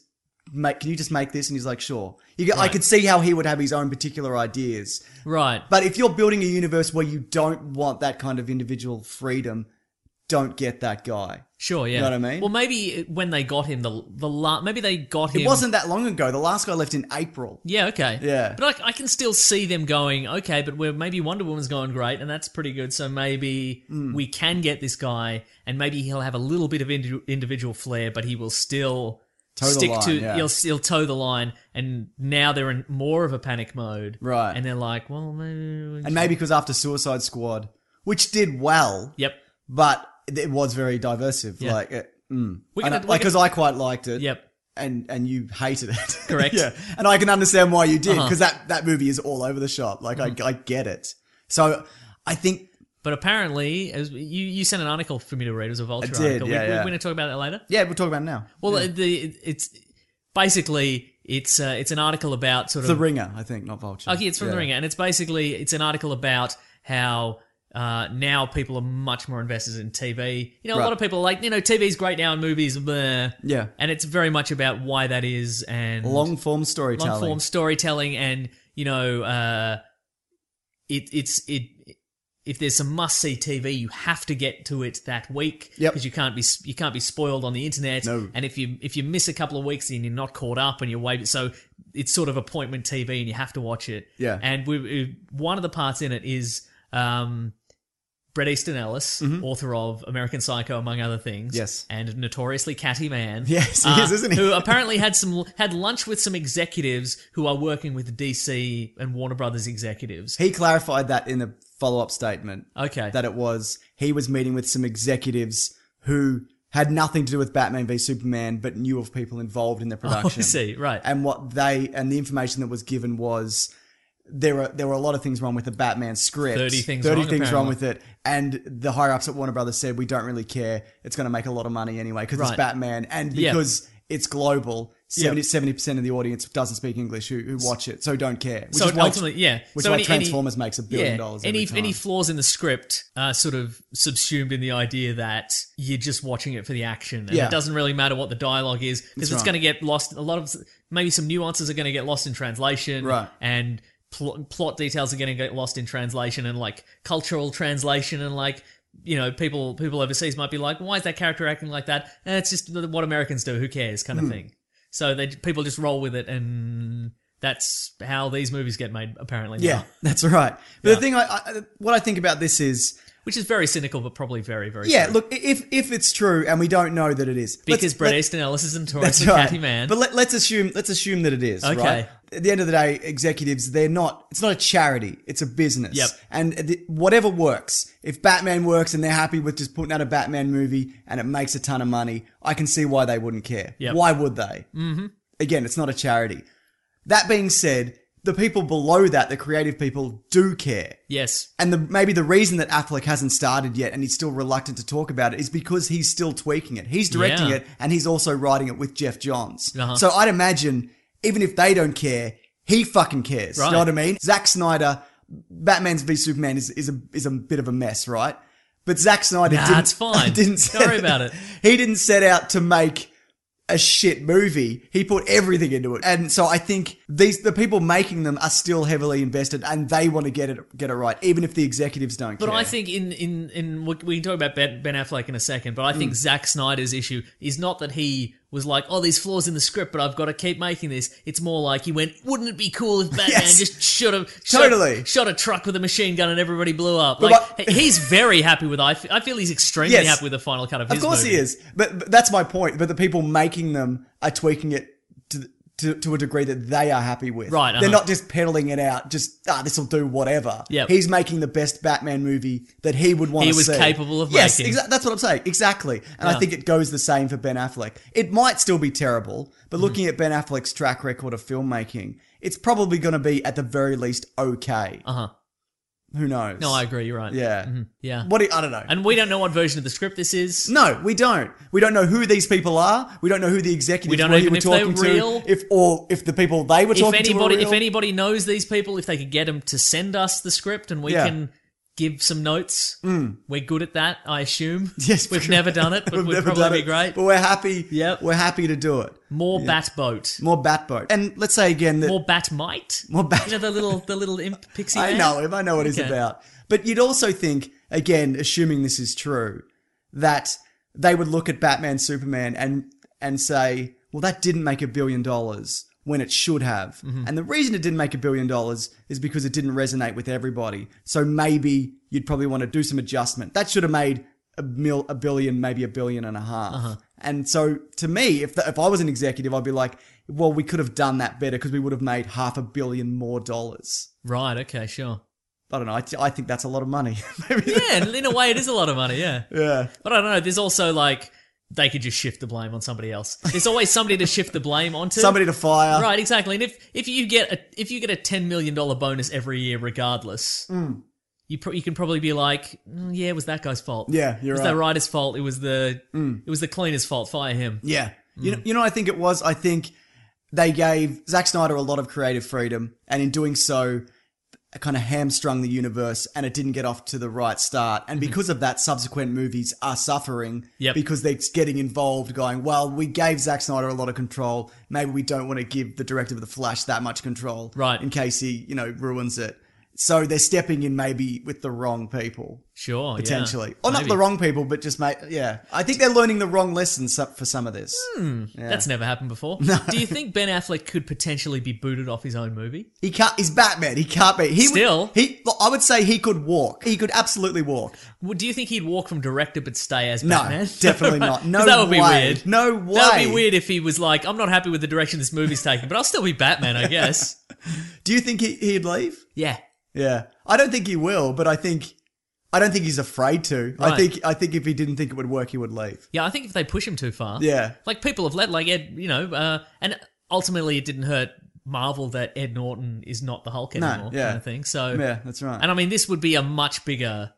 make, can you just make this? And he's like, sure. You get, I could see how he would have his own particular ideas. Right. But if you're building a universe where you don't want that kind of individual freedom, don't get that guy. Sure, yeah. know what I mean? Well, maybe when they got him, the the la- maybe they got him. It wasn't that long ago. The last guy left in April. Yeah, okay. Yeah. But I, I can still see them going, okay, but we're, maybe Wonder Woman's going great, and that's pretty good. So maybe Hmm. we can get this guy, and maybe he'll have a little bit of indi- individual flair, but he will still Toe the stick line, to, yeah. he'll, he'll toe the line. And now they're in more of a panic mode. Right. And they're like, well, maybe. And maybe because after Suicide Squad, which did well, Yep. but it was very diversive. Yeah. Like, it, mm. We And I- can- we like can- because I quite liked it. Yep. And and you hated it. *laughs* Correct. Uh-huh. yeah. And I can understand why you did because that that movie is all over the shop. Like Mm-hmm. I I get it. So I think But apparently, as you, you sent an article for me to read, it was a Vulture did, article. yeah, we, yeah. We're going to talk about that later. yeah, we'll talk about it now. Well, the it's basically it's uh, it's an article about sort It's the of Ringer, I think, not Vulture. okay, it's from the Yeah. Ringer, and it's basically it's an article about how. Uh, now people are much more invested in TV. You know, a Right. lot of people are like, you know, TV's great now and movies, bleh. Yeah. And it's very much about why that is and Long form storytelling. long form storytelling and you know uh it it's it if there's some must see TV you have to get to it that week Yep. you can't be you can't be spoiled on the internet No. and if you if you miss a couple of weeks then you're not caught up and you're waiting so it's sort of appointment TV and you have to watch it Yeah. and we, we one of the parts in it is um Bret Easton Ellis, author of American Psycho, among other things, Mm-hmm. Yes. and notoriously catty man, Uh, Yes, he is, isn't he? Who apparently had some had lunch with some executives who are working with DC and Warner Brothers executives. He clarified that in a follow up statement. okay, that it was he was meeting with some executives who had nothing to do with Batman v Superman, but knew of people involved in the *laughs* oh, *laughs* I production. see, right? And what they and the information that was given was there were there were a lot of things wrong with the Batman script. 30 things Thirty wrong, things wrong with apparently. it. And the higher ups at Warner Brothers said we don't really care. It's going to make a lot of money anyway because Right. it's Batman and Yeah. because it's global. Yeah. 70 percent of the audience doesn't speak English who, who watch it, so don't care. Which So is why, ultimately, yeah. which is So why any- any- Transformers makes a billion dollars. any every time. any flaws in the script are sort of subsumed in the idea that you're just watching it for the action, and Yeah. it doesn't really matter what the dialogue is because That's it's right. going to get lost. A lot of maybe some nuances are going to get lost in translation, Right. And pl- plot details are going to get lost in translation, and like cultural translation, and like. You know, people people overseas might be like, "Why is that character acting like that?" Eh, it's just what Americans do. Who cares, kind of Hmm. thing. So they people just roll with it, and that's how these movies get made. Apparently, now. Yeah, *laughs* that's right. But the thing, I, I, what I think about this is, which is very cynical, but probably very, very. yeah, true. look, i- if if it's true, and we don't know that it is, let's- because Brett let- Easton Ellis is that's notoriously right. catty man. But let, let's assume let's assume that it is. Okay. Right? At the end of the day, executives they're not. It's not a charity. It's a business. Yep. And the, whatever works, if Batman works and they're happy with just putting out a Batman movie and it makes a ton of money, I can see why they wouldn't care. Yep. Why would they? Mm-hmm. Again, it's not a charity. That being said, the people below that, the creative people, do care. yes, And the, maybe the reason that Affleck hasn't started yet and he's still reluctant to talk about it is because he's still tweaking it. He's directing Yeah. it and he's also writing it with Jeff Johns. Uh-huh. So I'd imagine even if they don't care, he fucking cares. You Right. know what I mean? Zack Snyder, Batman's v Superman is, is a is a bit of a mess, right? But Zack Snyder Nah, didn't, it's fine. *laughs* didn't Don't set- worry about it. He didn't set out to make a shit movie. He put everything into it, and so I think these the people making them are still heavily invested, and they want to get it get it right, even if the executives don't. but care. I think in in in we we can talk about Ben, ben Affleck in a second. But I think Zack Snyder's issue is not that he was like, "Oh, these flaws in the script, but I've got to keep making this." It's more like he went, "Wouldn't it be cool if Batman Yes. just shot a shot- Totally. shot, a truck with a machine gun and everybody blew up?" But Like I- he's very happy with. I fe- I feel he's extremely Yes. happy with the final cut of of his. course he movie. is, but, but that's my point. But the people making them are tweaking it. To, to, to a degree that they are happy with. Right, They're uh-huh. not just peddling it out, just, ah, this will do whatever. Yep. He's making the best Batman movie that he would want He to was see. capable of yes, making. exa- that's what I'm saying. Exactly. And I Yeah. think it goes the same for Ben Affleck. It might still be terrible, but Mm-hmm. looking at Ben Affleck's track record of filmmaking, it's probably going to be at the very least okay. Uh huh. Who knows? No, I agree. You're right. Mm-hmm. Yeah. Yeah. What do you, I don't know. And we don't know what version of the script this is. No, we don't. We don't know who these people are. We don't know who the executives We don't were know you were if they're talking to. real. If or if the people they were if talking to were anybody real. if anybody knows these people if they could get them to send us the script and we Yeah. Mm. can give some notes. We're good at that, I assume. *laughs* Yes, we've never *laughs* done it, but We've we'd never probably done be it, great. But we're happy. Yep. we're happy to do it. More bat boat, More bat boat, and let's say again that more bat mite, More bat- You know the little the little imp *laughs* pixie. I man? know him. I know what he's Okay. about. But you'd also think, again, assuming this is true, that they would look at Batman Superman and and say, well, that didn't make a billion dollars when it should have. Mm-hmm. And the reason it didn't make a billion dollars is because it didn't resonate with everybody. So maybe you'd probably want to do some adjustment. That should have made a mil, a billion, maybe a billion and a half. Uh-huh. And so to me, if the, if I was an executive, I'd be like, well, we could have done that better because we would have made half a billion more dollars. Right. Okay. Sure. I don't know. I, I think that's a lot of money. *laughs* Maybe. Yeah. and In a way, it is a lot of money. Yeah. Yeah. But I don't know. There's also like they could just shift the blame on somebody else. There's always somebody to shift the blame *laughs* onto. Somebody to fire. Right, exactly. And if if you get a if you get a ten million dollar bonus every year, regardless, Hmm. you pro- you can probably be like, "Mm, yeah, it was that guy's fault. Yeah, you're it was right. Hmm. that rider's fault. It was the it was the cleaner's fault. Fire him. Yeah. You, Mm. know, you know, what I think it was. I think they gave Zack Snyder a lot of creative freedom, and in doing so, kind of hamstrung the universe, and it didn't get off to the right start. And because of that, subsequent movies are suffering Mm-hmm. Yep. because they're getting involved, going, "Well, we gave Zack Snyder a lot of control. Maybe we don't want to give the director of the Flash that much control, Right. In case he, you know, ruins it." So they're stepping in maybe with the wrong people. Sure, yeah. potentially, or not Maybe. the wrong people, but just mate. Yeah, I think they're learning the wrong lessons so- for some of this. Hmm. That's never *laughs* happened before. Do you think Ben Affleck could potentially be booted off his own movie? He can't. He's Batman. He can't be. He would- Still. he. I would say he could walk. He could absolutely walk. Well, Do you think he'd walk from director but stay as No, Batman? *laughs* *laughs* definitely not. 'Cause No that would be way. weird. No That would way. be weird if he was like, "I'm not happy with the direction this movie's taking, but I'll still be *laughs* Batman, I guess." Do you think he, he'd leave? yeah. Yeah, I don't think he will, but I think. I don't think he's afraid to. I Right. think. I think if he didn't think it would work, he would leave. Yeah, I think if they push him too far, Yeah. like people have let, like Ed, you know, uh, and ultimately it didn't hurt Marvel that Ed Norton is not the Hulk anymore, yeah. kind of thing. So, Yeah, that's right. and I mean, this would be a much bigger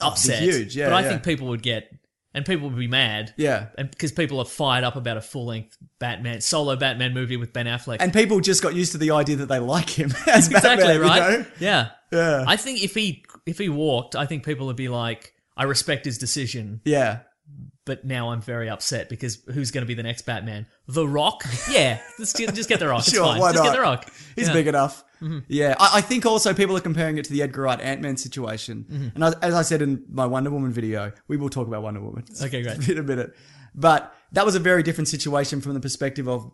upset, huge, yeah, But I yeah. think people would get, and people would be mad, yeah, and because people are fired up about a full length Batman solo Batman movie with Ben Affleck, and people just got used to the idea that they like him *laughs* as *laughs* exactly Batman. right, You know? yeah, Yeah. I think if he if he walked, I think people would be like, I respect his decision, Yeah. but now I'm very upset because who's going to be the next Batman? The Rock? Yeah, let's ju- just get the Rock. It's Sure, fine. why just not? get the Rock. He's Yeah. Mm-hmm. big enough. Yeah, I, I think also people are comparing it to the Edgar Wright Ant Man situation. Mm-hmm. And I, as I said in my Wonder Woman video, we will talk about Wonder Woman. Okay, *laughs* great. in a minute, but that was a very different situation from the perspective of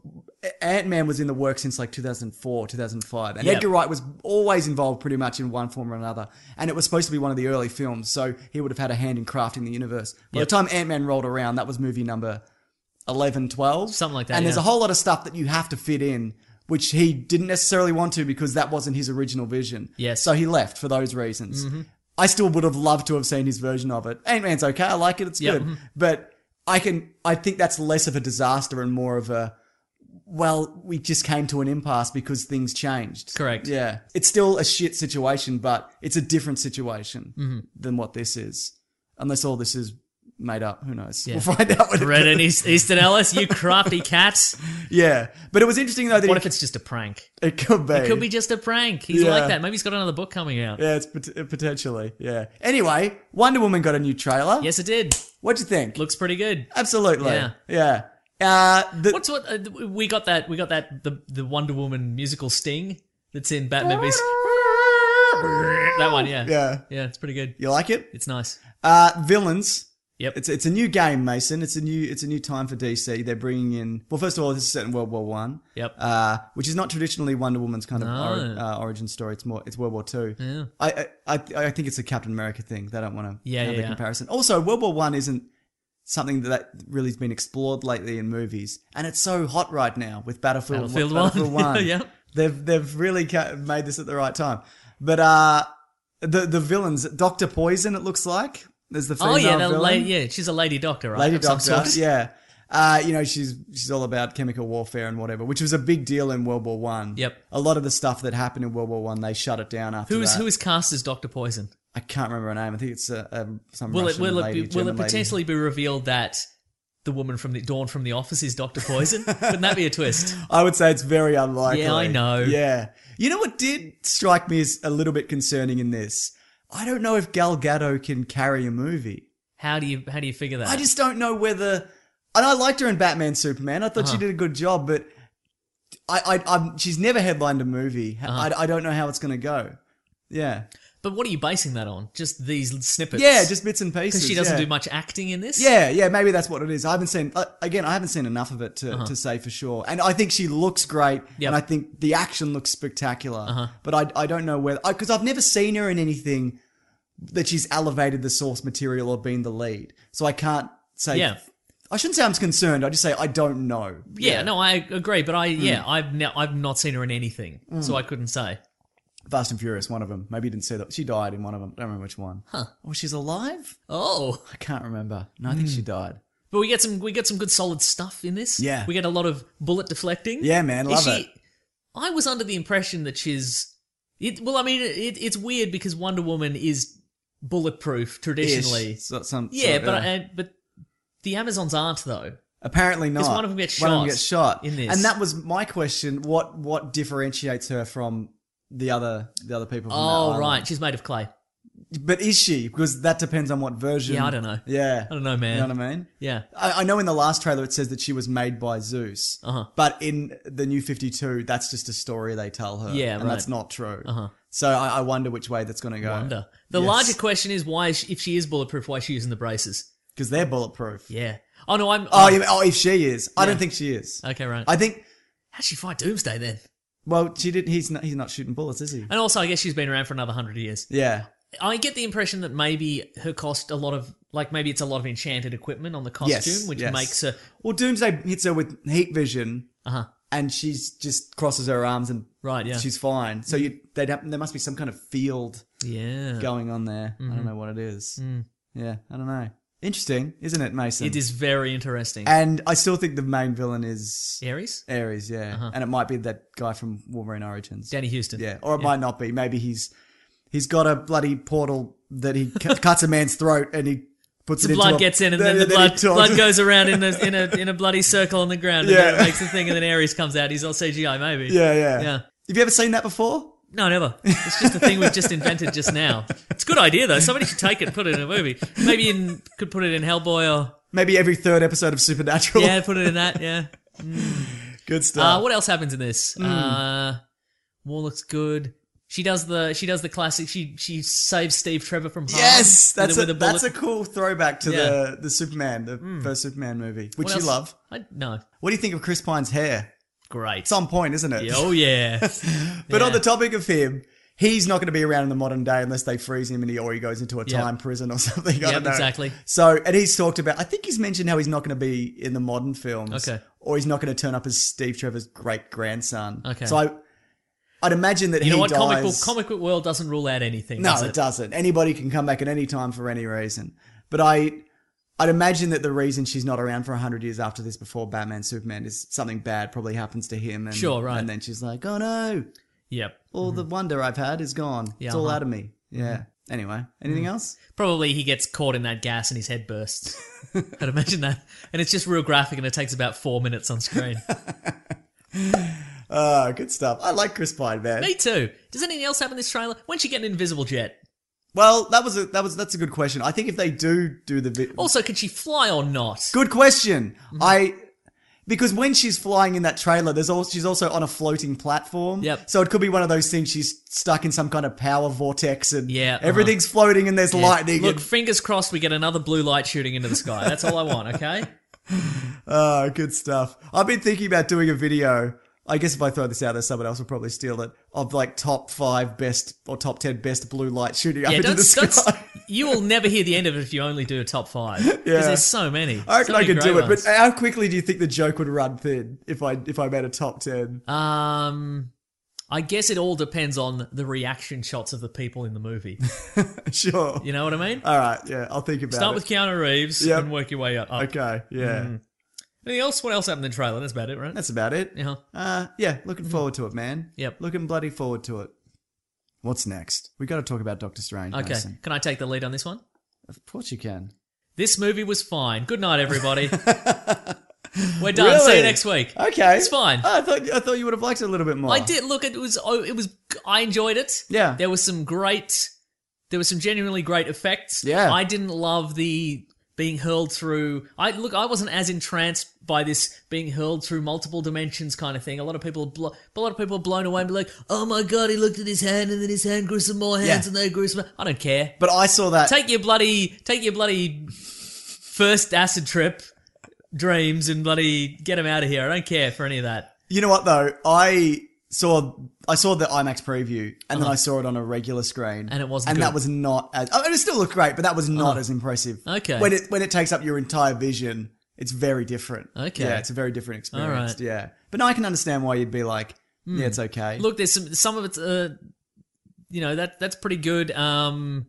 Ant Man was in the work since like 2004, 2005, and Yeah. Edgar Wright was always involved pretty much in one form or another, and it was supposed to be one of the early films, so he would have had a hand in crafting the universe. By Yep. the time Ant Man rolled around, that was movie number 11, 12. Something like that, And there's yeah. a whole lot of stuff that you have to fit in, which he didn't necessarily want to because that wasn't his original vision. Yes. Mm-hmm. So he left for those reasons. I still would have loved to have seen his version of it. Ant Man's okay. I like it. It's Yeah, good. mhm. But I can, I think that's less of a disaster and more of a, well, we just came to an impasse because things changed. Correct. Yeah. It's still a shit situation, but it's a different situation Mm-hmm. than what this is. Unless all this is made up. Who knows? We'll find out when it *laughs* Red and East- Easton Ellis, you crafty cat. yeah, but it was interesting though that What he- if it's just a prank? it could be. It could be just a prank. He's Yeah. like that. Maybe he's got another book coming out. Yeah, it's pot- uh, potentially. Yeah. Anyway, Wonder Woman got a new trailer. Yes, it did. What'd you think? Looks pretty good. Absolutely. Yeah. Yeah. Uh, the, What's what uh, th- we got that we got that the the Wonder Woman musical sting that's in Batman vs. that one, yeah. *laughs* Yeah. Yeah, it's pretty good. You like it? It's nice. Uh, villains. Yep. It's it's a new game, Mason. It's a new it's a new time for DC. They're bringing in well, first of all, this is set in World War One. Yep. Uh, which is not traditionally Wonder Woman's kind of ori- No. uh, origin story. It's more it's World War Two. Yeah. I, I I I think it's a Captain America thing. They don't want to Yeah, have yeah, the yeah. comparison. Also, World War One isn't something that really has been explored lately in movies, and it's so hot right now with Battlefield Battlefield One. *laughs* Battlefield One. Yeah. They've they've really ca- made this at the right time. But uh, the the villains, Doctor Poison, it looks like. There's the female Oh yeah, that villain. lady, yeah, she's a lady doctor, right? Lady Of some *laughs* Doctor, sort. yeah. Uh, you know, she's she's all about chemical warfare and whatever, which was a big deal in World War One. Yep. A lot of the stuff that happened in World War One, they shut it down after Who is that. who is cast as Doctor Poison? I can't remember her name. I think it's uh, um, some Will Russian it will lady, it be, will German it lady. potentially be revealed that the woman from the Dawn from the Office is Doctor Poison? Wouldn't that be a twist? I would say it's very unlikely. Yeah, I know. Yeah. You know what did strike me as a little bit concerning in this? I don't know if Gal Gadot can carry a movie. How do you how do you figure that? I just don't know whether. And I liked her in Batman Superman. I thought she Uh-huh. did a good job, but I, I, I'm, she's never headlined a movie. Uh-huh. I, I don't know how it's going to go. Yeah, But what are you basing that on? Just these snippets? yeah, just bits and pieces. because she doesn't yeah. do much acting in this. Yeah, yeah, maybe that's what it is. I haven't seen uh, again. I haven't seen enough of it to, to say for sure. And I think she looks great, Uh-huh. Yep. and Uh-huh. I think the action looks spectacular. But I, I don't know whether because I've never seen her in anything that she's elevated the source material or been the lead, so I can't say. Yeah. I shouldn't say I'm concerned. I just say I don't know. Yeah, no, I agree, but I yeah, Hmm. I've ne- I've not seen her in anything, so I couldn't say. Fast and Furious, one of them. Maybe you didn't see that. She died in one of them. I don't remember which one. Huh. Oh, she's alive? Oh, I can't remember. No, I think Hmm. she died. but we get some we get some good solid stuff in this. Yeah. we get a lot of bullet deflecting. Yeah, man, love Is she, it. I was under the impression that she's. It, well, I mean, it, it's weird because Wonder Woman is bulletproof traditionally. Ish. So- some, Yeah, so, but I, but the Amazons aren't though. Apparently not. one of them gets One of shot them gets shot in this. and that was my question. What what differentiates her from the other the other people? From that Oh island? right, she's made of clay. But is she? Because that depends on what version. Yeah, I don't know. Yeah, I don't know, man. You know what I mean? Yeah, I, I know in the last trailer it says that she was made by Zeus, Uh-huh. but in the new Fifty Two, that's just a story they tell her. Yeah, and right. that's not true. Uh-huh. So I, I wonder which way that's going to go. wonder. The Yes. larger question is why, is she, if she is bulletproof, why is she using the braces? because they're bulletproof. Yeah. Oh no, I'm. Oh, you mean- oh, if she is, I don't think she is. *laughs* Okay, right. I think. How'd she fight Doomsday then? Well, she did. He's not. He's not shooting bullets, is he? And also, I guess she's been around for another hundred years. Yeah. I get the impression that maybe her cost a lot of, like, maybe it's a lot of enchanted equipment on the costume, Yes, which yes. makes her. Well, Doomsday hits her with heat vision, Uh huh. and she's just crosses her arms, and Right. Yeah. she's fine. So you, they'd have, there must be some kind of field yeah. Mm-hmm. Mm. going on there. I don't know what it is. Yeah, I don't know. Interesting, isn't it, Mason? It is very interesting. And I still think the main villain is Aries, Ares. Yeah, and it might be that guy from Wolverine Origins. Uh-huh. Danny Houston. Yeah, or it might not be. Maybe he's he's got a bloody portal that he *laughs* cu- cuts a man's throat and he puts The it blood into a, gets in, and then the he blood, talks. blood goes around in a in a in a bloody circle on the ground, and Yeah. then it makes the thing, and then Ares comes out. He's all CGI, maybe. *laughs* Yeah, yeah, Yeah. Have you ever seen that before? No, never. It's just a thing we've just invented just now. It's a good idea though. Somebody should take it, and put it in a movie. Maybe in could put it in Hellboy or Maybe every third episode of Supernatural. yeah, put it in that. Yeah. *laughs* Good Uh, stuff. what else happens in Hmm. this? Uh, War looks good. She does the she does the classic. She she saves Steve Trevor from harm. yes, with that's a, a, with a bullet. that's a cool throwback to Yeah. Hmm. the the Superman, the first Superman movie, which What you else? love. I, no, What do you think of Chris Pine's hair? great. It's *laughs* on point, isn't it? Yeah, oh yeah, *laughs* but on yeah. the topic of him, he's not going to be around in the modern day unless they freeze him and he or he goes into a Yeah. time prison or *laughs* something. I Yeah, don't know. exactly. So, and he's talked about. I think he's mentioned how he's not going to be in the modern films. Okay. Or he's not going to turn up as Steve Trevor's great grandson. Okay. So I, I'd imagine that you he know what? dies. Comic book comic book world doesn't rule out anything. No, does it? doesn't. Anybody can come back at any time for any reason. But I, I'd imagine that the reason she's not around for hundred years after this, before Batman Superman, is something bad probably happens to him. And, Sure, right. And then she's like, "Oh no, Yep. all the wonder I've had is gone. Yeah, it's all uh-huh. Mm. out of me." Yeah. Anyway, anything else? Probably he gets caught in that gas and his *laughs* head bursts. I'd imagine that, and it's just real graphic, and it takes about four minutes *laughs* on screen. Uh, good stuff. I like Chris Pine, man. Me too. Does anything else happen in this trailer? When'd she get an invisible jet? Well, that was a that was that's a good question. I think if they do do the vi- Also, can she fly or not? Good question. Mm-hmm. I because when she's flying in that trailer, there's all she's also on a floating platform. Yep. So it could be one of those things she's stuck in some kind of power vortex and Yeah, uh-huh. everything's floating and there's Yeah. lightning. Look, and- fingers crossed we get another blue light shooting into the sky. That's all I want, *laughs* okay? Oh, good stuff. I've been thinking about doing a video. I guess if I throw this out there, someone else will probably steal it. Of like top five best or top ten best blue light shooting up Yeah, into don't, the don't, sky. *laughs* you will never hear the end of it if you only do a top five. Because there's so many. I reckon so I many could do great it, ones. but how quickly do you think the joke would run thin if I if I made a top ten? Uh, Um, I guess it all depends on the reaction shots of the people in the movie. *laughs* sure. You know what *laughs* I mean? All right. Yeah, I'll think about Start it. with Keanu Reeves Yep. and work your way up. okay. Yeah. Mm. Anything else? What else happened in the trailer? That's about it, right? That's about it. Yeah. Mm. Uh, yeah, looking forward to it, man. Yep. Looking bloody forward to it. What's next? We got to talk about Doctor Strange. Okay. Mason. Can I take the lead on this one? Of course you can. This movie was fine. Good *laughs* night, everybody. We're done. See Really? you next week. Okay. It's fine. I thought I thought you would have liked it a little bit more. I did look. It was. Oh, it was. I enjoyed it. Yeah. There was some great There were some genuinely great effects. Yeah. I didn't love the being hurled through. I look, I wasn't as entranced by this being hurled through multiple dimensions kind of thing. A lot of people, blo- a lot of people, are blown away and be like, "Oh my god, he looked at his hand, and then his hand grew some more hands, Yeah. and they grew some." I don't care. But I saw that. Take your bloody, take your bloody first acid trip dreams and bloody get him out of here. I don't care for any of that. You know what though? I saw I saw the IMAX preview and then I saw it on a regular screen. Uh-huh. And it wasn't And good. Uh-huh. that was not as I mean, it still looked great, but that was not as impressive. Okay. When it when it takes up your entire vision, it's very different. Okay. Yeah, it's a very different experience. Alright. Yeah. But now I can understand why you'd be like, Yeah, it's okay. Hmm. look there's some some of it's uh you know that that's pretty good um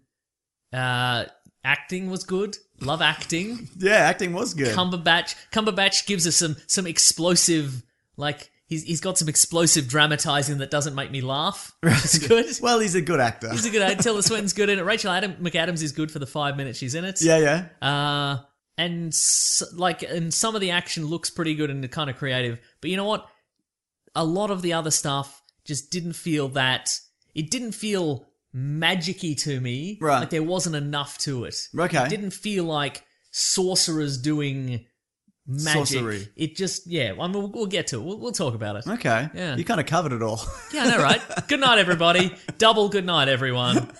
uh acting was good love acting yeah, acting was good. cumberbatch cumberbatch gives us some some explosive like he's he's got some explosive dramatizing that doesn't make me *laughs* laugh it's good well, he's a good actor. he's a good actor Tilda Swinton's good in it Rachel Adam McAdams is good for the 5 minutes she's in it yeah, yeah. uh, and s- like, and some of the action looks pretty good and kind of creative, but you know what? A lot of the other stuff just didn't feel that. It didn't feel magicy to me. Right. Like there wasn't enough to it. Okay. It didn't feel like sorcerers doing magic. Sorcery. It just, yeah. I mean, we'll, we'll get to it. We'll, we'll talk about it. Okay. Yeah. You kind of covered it all. *laughs* Yeah, I know, right? good night, everybody. Double good night, everyone.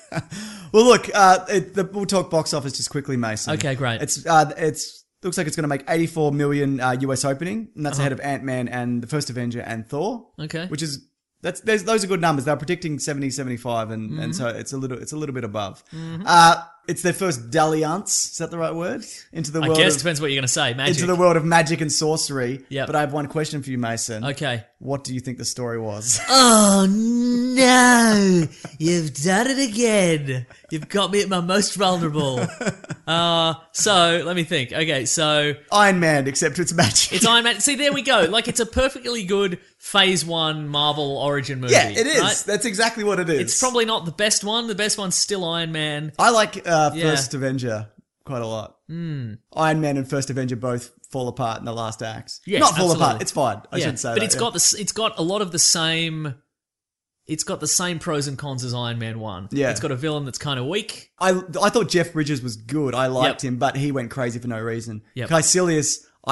Well, look, uh, it, the, we'll talk box office just quickly, Mason. Okay, great. It's uh, it's looks like it's going to make 84 million uh, US opening, and that's ahead of Ant Man and the First Avenger and Thor. Uh-huh. Okay. which is that's there's, those are good numbers. They're predicting 70, 75, and Mm-hmm. and so it's a little it's a little bit above. Uh, it's their first dalliance. Is that the right word? Into the I world guess of, depends what you're going to say. Magic. into the world of magic and sorcery. Yep. But I have one question for you, Mason. okay. What do you think the story was? *laughs* Oh no! You've done it again. You've got me at my most vulnerable. Uh, so let me think. Okay, so Iron Man, except it's magic. it's Iron Man. See, there we go. Like it's a perfectly good Phase One Marvel origin *laughs* movie. yeah, it is. right? That's exactly what it is. It's probably not the best one. The best one's still Iron Man. I like uh, Yeah. Hmm. First Avenger quite a lot. Iron Man and First Avenger both fall apart in the last act. Yes, Not fall apart. absolutely. It's fine. I Yeah, should say. but that, it's yeah. got the s- it's got a lot of the same. It's got the same pros and cons as Iron Man One. Yeah. it's got a villain that's kind of weak. I I thought Jeff Bridges was good. I liked Yep. him, but he went crazy for no reason. Yep. Caecilius, I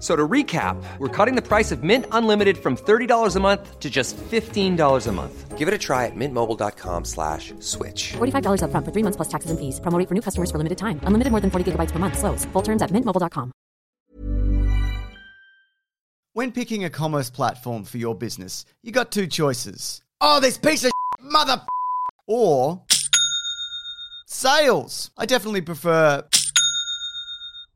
So to recap, we're cutting the price of Mint Unlimited from $30 a month to just $15 a month. Give it a try at mintmobile.com slash switch. $45 upfront for three months plus taxes and fees. Promo rate for new customers for limited time. Unlimited more than 40 gigabytes per month. Slows. Full terms at mintmobile.com. When picking a commerce platform for your business, you got two choices. Oh, this piece of shit, mother f- or sales. I definitely prefer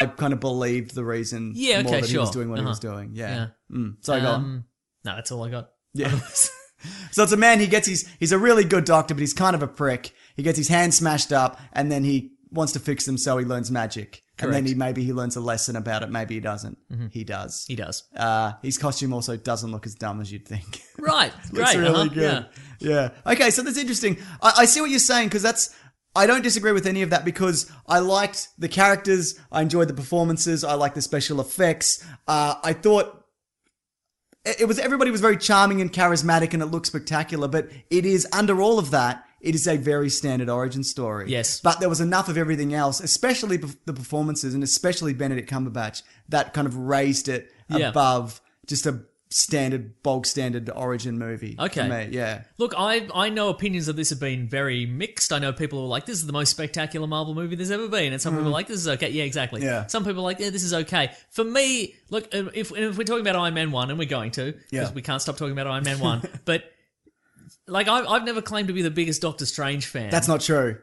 I kind of believed the reason Yeah, more okay, that he was sure. doing what he Uh-huh. was doing. Yeah. Yeah. Mm. Sorry, go on. Um, uh-huh. no, that's all I got. Yeah. *laughs* so it's a man. He gets his. He's a really good doctor, but he's kind of a prick. He gets his hand smashed up, and then he wants to fix them, so he learns magic. And then Correct. Mm-hmm. he maybe he learns a lesson about it. Maybe he doesn't. He does. He does. Uh, his costume also doesn't look as dumb as you'd think. *laughs* Right. Looks Great. really uh-huh, good. Yeah. Yeah. Okay, so that's interesting. I, I see what you're saying because that's. I don't disagree with any of that because I liked the characters, I enjoyed the performances, I liked the special effects. Uh, I thought it it was everybody was very charming and charismatic, and it looked spectacular. But it is under all of that, it is a very standard origin story. Yes. but there was enough of everything else, especially bef- the performances, and especially Benedict Cumberbatch, that kind of raised it Yeah. above just a standard bog standard origin movie. for Okay. me. yeah. Look, I I know opinions of this have been very mixed. I know people were like, "This is the most spectacular Marvel movie there's ever been," and some people were like, "This is okay." Yeah, exactly. Hmm. Yeah. Some people are like, "Yeah, this is okay." For me, look, um, if if we're talking about Iron Man one, and we're going to, because Yeah. we can't stop talking about *laughs* Iron Man one, but. Like I've, I've never claimed to be the biggest Doctor Strange fan. That's not true.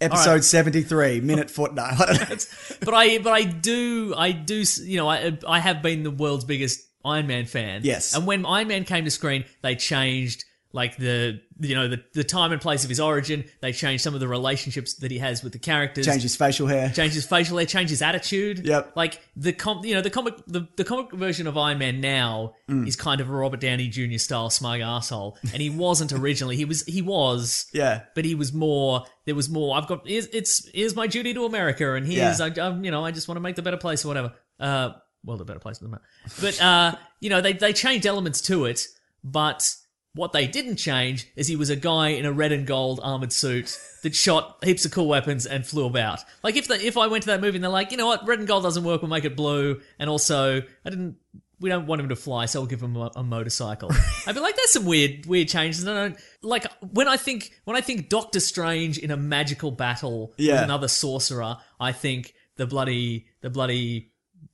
Episode All right. 73, minute foot. No, *laughs* I don't know. but I but I do I do s- you know I I have been the world's biggest Iron Man fan. Yes. And when Iron Man came to screen, they changed like the you know the the time and place of his origin. They changed some of the relationships that he has with the characters. Change his facial hair. Change his facial hair, change his attitude. Yep. Like the com, you know, the comic, the, the comic version of Iron Man now Mm. is kind of a Robert Downey Jr. style smug asshole, and he wasn't originally. He was, he was, *laughs* Yeah. but he was more there was more i've got it's it's here's my duty to america and here's I, I'm, you know i just want to make the better place or whatever uh well the better place doesn't matter but uh you know they they changed elements to it but what they didn't change is he was a guy in a red and gold armored suit that shot heaps of cool weapons and flew about. Like if the, if I went to that movie and they're like, you know what, red and gold doesn't work, we'll make it blue, and also I didn't, we don't want him to fly, so we'll give him a, a motorcycle. I'd be like, that's some weird weird changes. No, no, like when I think when I think Doctor Strange in a magical battle Yeah. with another sorcerer, I think the bloody the bloody.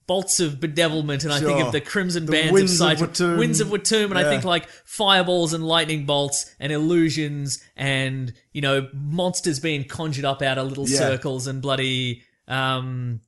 Bolts of bedevilment, and I think Sure. of the crimson The bands winds of of Saito- Watoom. winds of Watoom, and Yeah. I think like fireballs and lightning bolts and illusions and you know monsters being conjured up out of little Yeah. circles and bloody um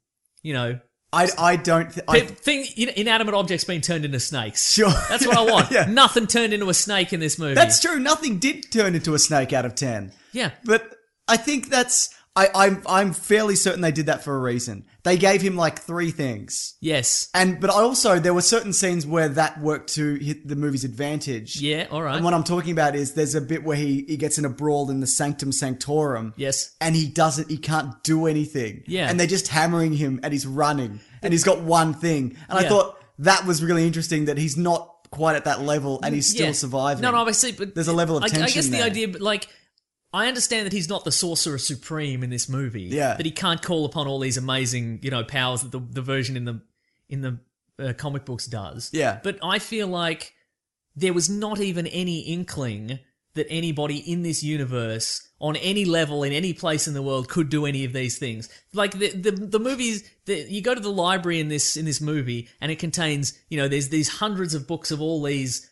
you know I, I don't. Th- I, pe- thing in- inanimate objects being turned into snakes. *laughs* *laughs* Sure. that's what I *laughs* want. Yeah. Nothing turned into a snake in this movie. that's true. Nothing did turn into a snake out of 10. yeah. But I think that's. I, I'm, I'm fairly certain they did that for a reason. They gave him like three things. Yes. And, but I also, there were certain scenes where that worked to hit the movie's advantage. Yeah. All right. And what I'm talking about is there's a bit where he, he gets in a brawl in the Sanctum Sanctorum. Yes. And he doesn't, he can't do anything. Yeah. And they're just hammering him and he's running and he's got one thing. And I Yeah. thought that was really interesting that he's not quite at that level and he's still Yeah. surviving. No, no, I see. But There's a level of I, I guess tension the there. idea, but like, I understand that he's not the sorcerer supreme in this movie. Yeah. that he can't call upon all these amazing, you know, powers that the the version in the in the uh, comic books does. Yeah. but I feel like there was not even any inkling that anybody in this universe on any level in any place in the world could do any of these things like the the, the movies the, you go to the library in this in this movie and it contains you know there's these hundreds of books of all these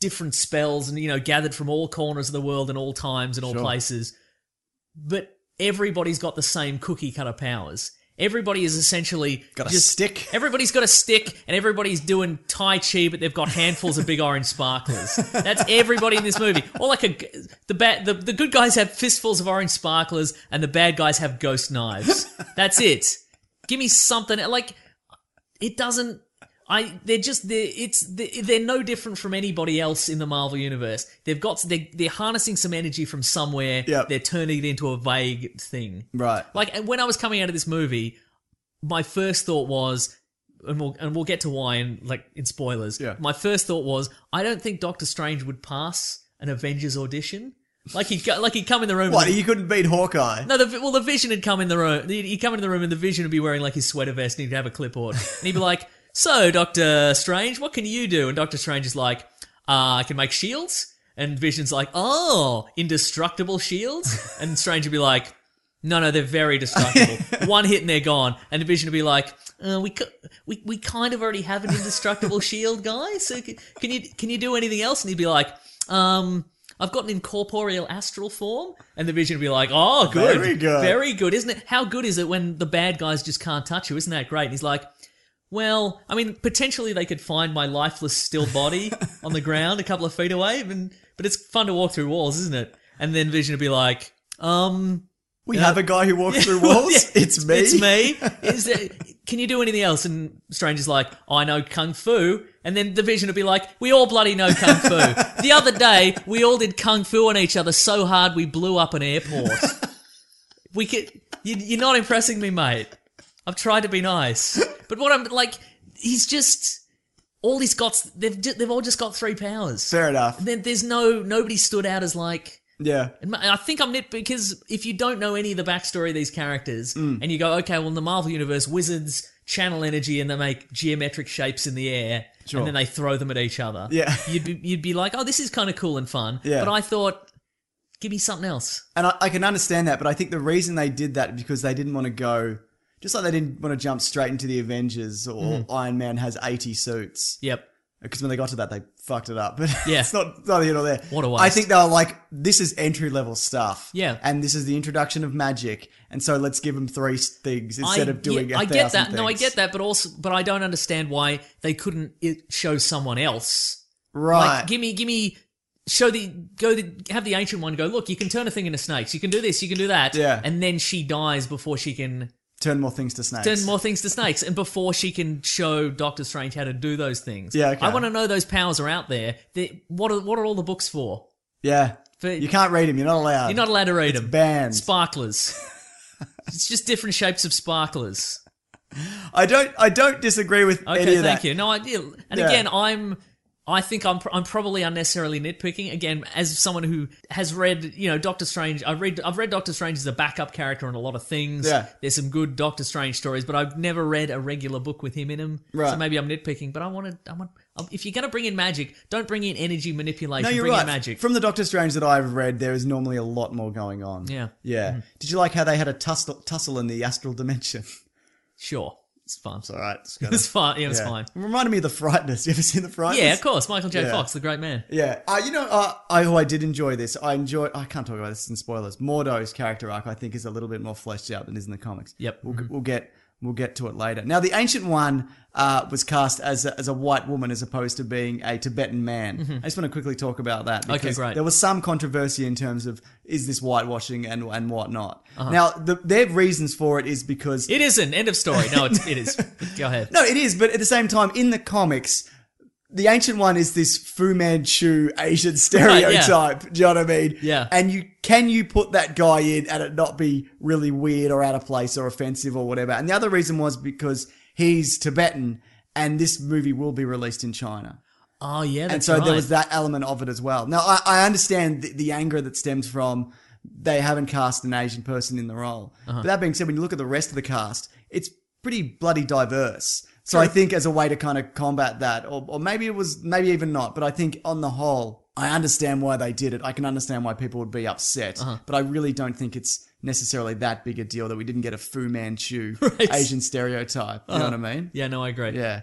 different spells and you know gathered from all corners of the world and all times and all places but everybody's got the same cookie cutter powers everybody is essentially Got a just stick. *laughs* everybody's got a stick and everybody's doing tai chi but they've got handfuls of big orange sparklers that's everybody in this movie or like a the bad the, the good guys have fistfuls of orange sparklers and the bad guys have ghost knives that's it give me something like it doesn't. I they're just they're it's they're, they're no different from anybody else in the Marvel universe. They've got they they're harnessing some energy from somewhere. Yep. They're turning it into a vague thing. Right. Like and when I was coming out of this movie, my first thought was, and we'll and we'll get to why in like in spoilers. Yeah. My first thought was, I don't think Doctor Strange would pass an Avengers audition. Like he'd go, like he'd come in the room. What? and- You couldn't beat Hawkeye. no, the, well, the Vision had come in the room. He'd he'd come in the room, and the Vision would be wearing like his sweater vest, and he'd have a clipboard, and he'd be like, "So, Doctor Strange, what can you do?" And Doctor Strange is like, uh, "I can make shields." And Vision's like, "Oh, indestructible shields." And Strange would be like, "No, no, they're very *laughs* destructible. One hit and they're gone." And the Vision would be like, uh, "We c- we we kind of already have an *laughs* indestructible shield, guy. So c- can you can you do anything else?" And he'd be like, "Um." I've got an incorporeal astral form, and the vision would be like, "Oh, good, Very good. very good, isn't it? How good is it when the bad guys just can't touch you? Isn't that great?" And he's like, "Well, I mean, potentially they could find my lifeless still body on the ground a couple of feet away, and, but it's fun to walk through walls, isn't it?" And then Vision would be like, "Um, We have a guy who walks through walls. *laughs* yeah, It's me. It's me. Is there, can you do anything else? And Stranger's like, I know kung fu. And then the vision would be like, we all bloody know *laughs* kung fu. the other day, we all did kung fu on each other so hard we blew up an airport. we could, you, you're not impressing me, mate. I've tried to be nice, but what I'm like, he's just all he's got's They've ju- they've all just got three powers. Fair enough. Then there's no nobody stood out as like Yeah. and ma- and I think I'm nit because if you don't know any of the backstory of these characters, Mm. and you go, okay, well, in the Marvel universe, wizards channel energy and they make geometric shapes in the air, and then they throw them at each other. Yeah. *laughs* you'd be you'd be like, oh, this is kind of cool and fun. Yeah. But I thought, give me something else. And I, I can understand that, but I think the reason they did that because they didn't want to go, just like they didn't want to jump straight into the Avengers or Mm-hmm. Iron Man has 80 suits. Yep. Because when they got to that, they fucked it up. *laughs* But Yeah. it's not not here or there. What a I waste. think they were like, this is entry level stuff. Yeah. And this is the introduction of magic. And so let's give them three things instead I, of doing yeah, a I get thousand that. No, I things. get that, but also, but I don't understand why they couldn't i- show someone else Right. Like, give me, give me, show the, go the, have the ancient one go, look, you can turn a thing into snakes. You can do this, you can do that. Yeah. And then she dies before she can Turn more things to snakes. turn more things to snakes and before she can show Doctor Strange how to do those things. Yeah, okay. I want to know those powers are out there. they what are, what are all the books for? Yeah. For- you can't read them. You're not allowed. You're not allowed to read them. banned. Sparklers. *laughs* it's just different shapes of sparklers. I don't. I don't disagree with Okay, any of thank that. you. No, I yeah, And Yeah. again, I'm. I think I'm. pr- I'm probably unnecessarily nitpicking. Again, as someone who has read, you know, Doctor Strange. I've read. I've read Doctor Strange as a backup character in a lot of things. Yeah. There's some good Doctor Strange stories, but I've never read a regular book with him in him. So Right. maybe I'm nitpicking. But I wanted. I want. If you're gonna bring in magic, don't bring in energy manipulation. No, you're bring right. in magic. From the Doctor Strange that I've read, there is normally a lot more going on. Yeah. Hmm. Yeah. Did you like how they had a tussle, tussle in the astral dimension? *laughs* sure, it's fun. All *laughs* right. It's *laughs* It was fun. Yeah, it was fine. It reminded me of The Frighteners. You ever seen The Frighteners? Yeah, of course. Michael J. Yeah. Fox, the great man. Yeah. Uh, you know, uh, I, oh, I did enjoy this. I enjoy. I can't talk about this in spoilers. Mordo's character arc, I think, is a little bit more fleshed out than is in the comics. Yep. Mm-hmm. We'll, we'll get we'll get to it later. Now, the Ancient One uh, was cast as a, as a white woman as opposed to being a Tibetan man. I just want to quickly talk about that because Mm-hmm. great. there was some controversy in terms of is this whitewashing and and whatnot. Uh-huh. Now, the, their reasons for it is because It isn't. End of story. No, it's, *laughs* it is. Go ahead. no, it is, but at the same time, in the comics, the ancient one is this Fu Manchu Asian *laughs* stereotype. Do you know what I mean? Yeah. And you can you put that guy in and it not be really weird or out of place or offensive or whatever? And the other reason was because he's Tibetan and this movie will be released in China. Oh yeah, that's And so right. there was that element of it as well. Now, I, I understand the, the anger that stems from they haven't cast an Asian person in the role. Uh-huh. But that being said, when you look at the rest of the cast, it's pretty bloody diverse. So I think as a way to kind of combat that, or, or maybe it was, maybe even not, but I think on the whole, I understand why they did it. I can understand why people would be upset, Uh-huh. but I really don't think it's necessarily that big a deal that we didn't get a Fu *laughs* Manchu Asian stereotype. You know what I mean? Yeah, no, I agree. Yeah,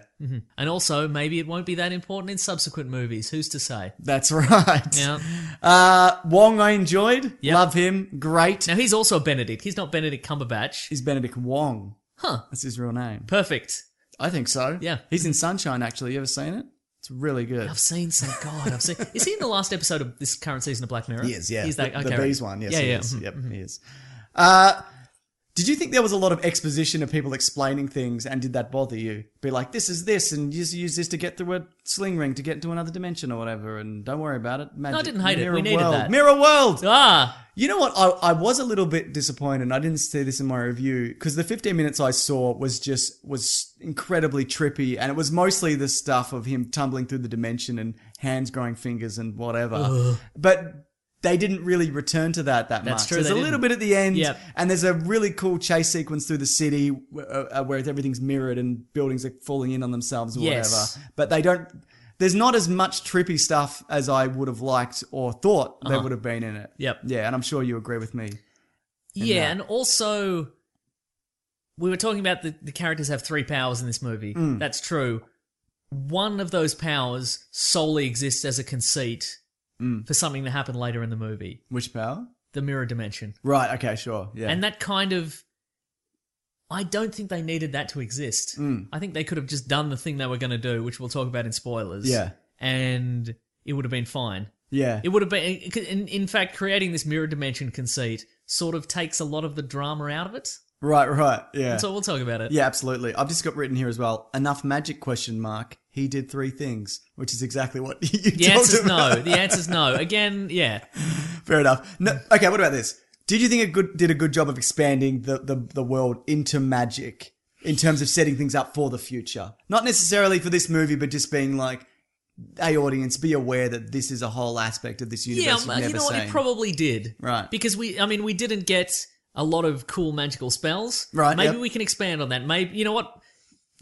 And also, maybe it won't be that important in subsequent movies. Who's to say? that's *laughs* right. Now, Uh, Wong, I enjoyed. Love him. Great. now he's also a Benedict. He's not Benedict Cumberbatch. He's Benedict Wong. Huh. That's his real name. Perfect. I think so. Yeah. He's in Sunshine, actually. You ever seen it? It's really good. I've seen some. God, I've seen. Is he in the last episode of this current season of Black Mirror? He is, yeah. He's that. the, Okay. the right. Mm-hmm, bees one. Yes, yeah, he yeah. is. mhm. Yep, he is. Uh, Did you think there was a lot of exposition of people explaining things, and did that bother you? Be like, this is this, and just use this to get through a sling ring to get into another dimension or whatever, and don't worry about it. Magic. I didn't hate it. Mirror We needed world. that. Mirror world. Ah, You know what? I, I was a little bit disappointed. and I didn't see this in my review because the 15 minutes I saw was just was incredibly trippy, and it was mostly the stuff of him tumbling through the dimension and hands growing fingers and whatever. But they didn't really return to that that That's much. true, There's they a little didn't. bit at the end, Yep. and there's a really cool chase sequence through the city where, uh, where everything's mirrored and buildings are falling in on themselves or Yes. whatever. But they don't. There's not as much trippy stuff as I would have liked or thought there would have been in it. Uh-huh. Yep. Yeah, and I'm sure you agree with me. yeah, that. and also we were talking about the, the characters have three powers in this movie. Mm. That's true. One of those powers solely exists as a conceit Mm. for something that happened later in the movie, Which power? the mirror dimension, Right. Okay. Sure. Yeah. and that kind of. I don't think they needed that to exist. Mm. I think they could have just done the thing they were going to do, which we'll talk about in spoilers. Yeah. and it would have been fine. yeah. It would have been, in, in fact, creating this mirror dimension conceit sort of takes a lot of the drama out of it. right. Right. Yeah. So we'll talk about it. yeah. Absolutely. I've just got written here as well. Enough magic? Question mark. He did three things, which is exactly what *laughs* you The told answer's him. no. The answer's no. Again, yeah. Fair enough. No, okay. What about this? Did you think it good, did a good job of expanding the, the, the world into magic in terms of setting things up for the future? Not necessarily for this movie, but just being like, hey, audience, be aware that this is a whole aspect of this universe. Yeah, you've um, you never know what? It seen." probably did. Right. Because we, I mean, we didn't get a lot of cool magical spells. Right, Maybe yep. we can expand on that. Maybe, you know what?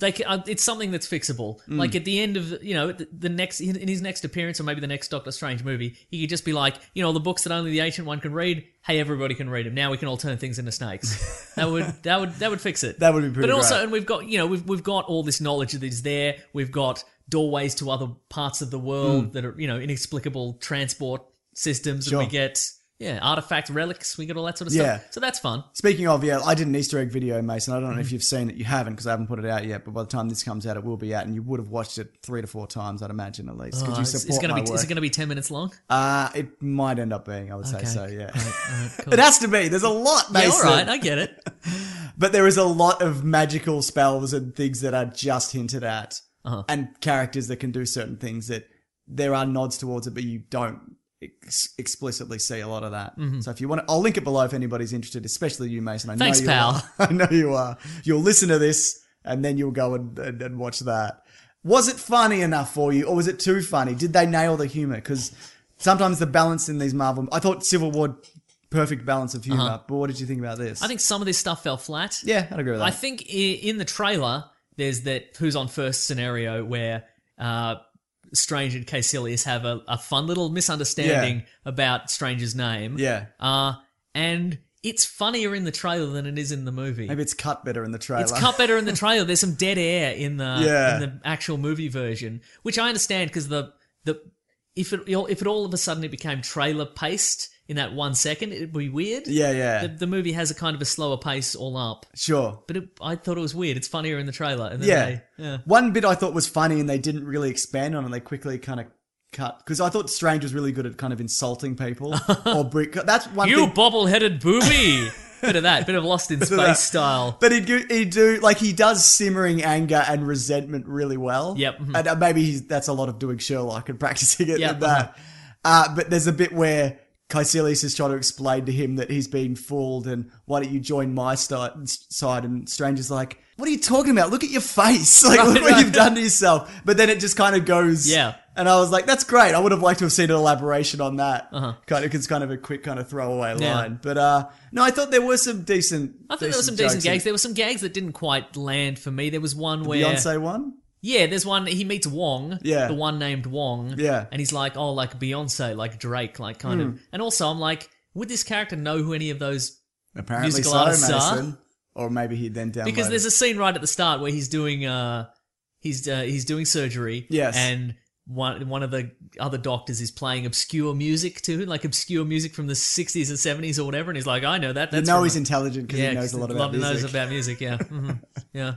They ca uh, it's something that's fixable. Mm. Like at the end of, you know, the, the next, in in his next appearance or maybe the next Doctor Strange movie, he could just be like, you know, the books that only the ancient one can read, hey, everybody can read them. Now we can all turn things *laughs* into snakes. that would, that would, that would fix it. That would be pretty But also, great. and we've got you know we've we've got all this knowledge that is there. We've got doorways to other parts of the world that are you know inexplicable transport systems, and Hmm. Sure. we get yeah artifact relics. We get all that sort of Yeah. stuff. So that's fun. Speaking of, yeah, I did an Easter egg video, Mason. I don't Mm-hmm. know if you've seen it. You haven't because I haven't put it out yet. But by the time this comes out, it will be out, and you would have watched it three to four times, I'd imagine at least. Because Oh, you it's, support it's gonna my be work. is it gonna be ten minutes long? uh, it might end up being. I would say Okay. so. Yeah. *laughs* All right, all right, cool. It has to be. There's a lot, yeah, Mason. all right, I get it. But there is a lot of magical spells and things that are just hinted at, Uh-huh. and characters that can do certain things that there are nods towards it, but you don't ex- explicitly see a lot of that. So if you want, to, I'll link it below if anybody's interested, especially you, Mason. I Mm-hmm. Thanks, know you pal. Are. *laughs* I know you are. You'll listen to this and then you'll go and, and, and watch that. Was it funny enough for you, or was it too funny? Did they nail the humor? Because sometimes the balance in these Marvel, I thought Civil War, perfect balance of humor. But what did you think about this? Uh-huh. I think some of this stuff fell flat. Yeah, I'd agree with that. I think i- in the trailer, there's that who's on first scenario where uh, Strange and Caecilius have a, a fun little misunderstanding about Strange's name. yeah. Uh, and it's funnier in the trailer than it is in the movie. Maybe it's cut better in the trailer. it's cut better in the trailer. There's some dead air in the Yeah. in the actual movie version, which I understand because the the if it if it all of a sudden it became trailer paced in that one second, it'd be *laughs* weird. Yeah, yeah. The, the movie has a kind of a slower pace all up. Sure. But it, I thought it was weird. It's funnier in the trailer. And then Yeah. They, yeah. One bit I thought was funny and they didn't really expand on and they quickly kind of cut. Because I thought Strange was really good at kind of insulting *laughs* people. or brick. That's one You thing. bobble-headed booby. *laughs* bit of that. Bit of Lost in that. Space style. But he do, he do like he does simmering anger and resentment really well. Yep. Mhm. And uh, maybe he's, that's a lot of doing Sherlock and *laughs* practicing it Yep. in that. Uh, but there's a bit where Caecilius is trying to explain to him that he's being fooled and why don't you join my sti- side? And Stranger's like, what are you talking about? Look at your face. *laughs* Like, look what right. you've done to yourself. But then it just kind of goes. Yeah. And I was like, that's great. I would have liked to have seen an elaboration on that. Uh-huh. Kind of, it's kind of a quick kind of throwaway Yeah. line. But, uh, no, I thought there were some decent. I thought there were some decent gags. There were some gags that didn't quite land for me. There was one where Beyonce one? Yeah, there's one he meets Wong. Yeah. The one named Wong. Yeah. Hmm. And he's like, oh, like Beyonce, like Drake, like kind of. And also, I'm like, would this character know who any of those? Apparently Musical so, artists are. Mason. Or maybe he then downloaded. Because there's a scene right at the start where he's doing uh he's uh, he's doing surgery. Yes. And one one of the other doctors is playing obscure music to him, like obscure music from the 60s and 70s or whatever. And he's like, I know that. you That's know from he's a-" intelligent because he knows a lot about music. knows about *laughs* music. Yeah. Mhm. Yeah.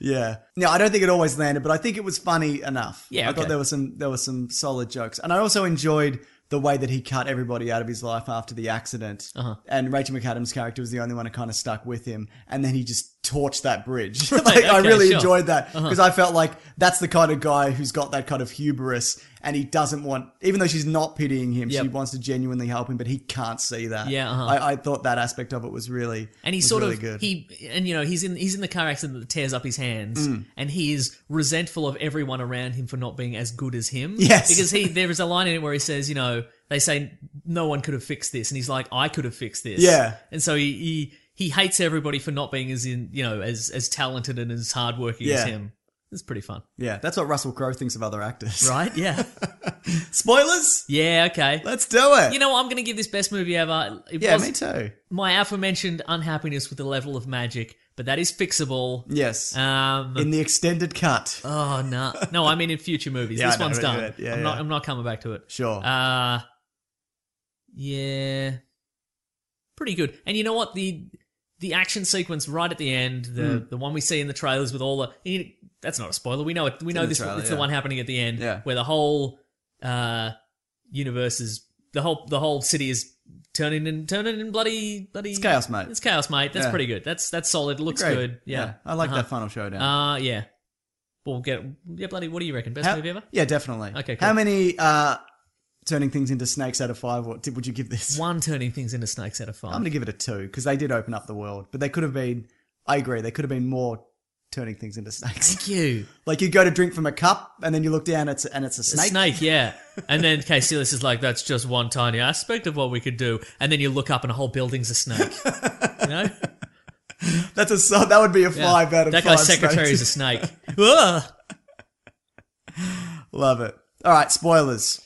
Yeah. No, I don't think it always landed, but I think it was funny enough. Yeah, I okay. thought there were some there were some solid jokes, and I also enjoyed the way that he cut everybody out of his life after the accident. Uh-huh. And Rachel McAdams' character was the only one who kind of stuck with him. And then he just torched that *laughs* bridge. like, I okay, really sure. Uh-huh. enjoyed that because I felt like that's the kind of guy who's got that kind of hubris and he doesn't want, even though she's not pitying him, she Yep. wants to genuinely help him, but he can't see that. Yeah, uh-huh. I, I thought that aspect of it was really, and he was sort really of good. he and you know he's in he's in the car accident that tears up his hands Mm. and he is resentful of everyone around him for not being as good as him Yes. because he there is a line in it where he says you know they say no one could have fixed this and he's like i could have fixed this Yeah. and so he he, he hates everybody for not being as in you know as as talented and as hardworking as Yeah. him it's pretty fun yeah, that's what Russell Crowe thinks of other actors. right *laughs* yeah Spoilers? yeah okay Let's do it. you know what? i'm gonna give this best movie ever it yeah, was me too. my aforementioned unhappiness with the level of magic but that is fixable Yes. um in the extended cut. Oh no, no! I mean in future movies. Yeah, this I know, one's I know done. it. Yeah, I'm not. yeah. I'm not coming back to it. sure. Uh yeah, pretty good. And you know what the the action sequence right at the end, the Hmm. the one we see in the trailers with all the you- that's not a spoiler. We know it. We know the this. trailer, it's yeah. the one happening at the end Yeah. where the whole uh universe is the whole the whole city is turning and turning and bloody bloody. it's chaos, mate. It's chaos, mate. That's Yeah. pretty good. That's that's solid. Looks Great. good. Yeah, I like Uh-huh. that final showdown. Uh yeah. We'll get yeah, bloody. What do you reckon? Best How- movie ever? Yeah, definitely. Okay, How cool. many uh, turning things into snakes out of five? What tip would you give this? One turning things into snakes out of five. I'm going to give it a two because they did open up the world, but they could have been. I agree. They could have been more turning things into snakes. Thank you. *laughs* like you go to drink from a cup, and then you look down, it's and it's a A snake. snake. yeah. And then Caecilius is like, "That's just one tiny aspect of what we could do." And then you look up, and a whole building's *laughs* a snake. You know, That's a so that would be a Yeah. five out of that five. guy's secretary snakes. is a snake. Ugh. Love it. All right, spoilers.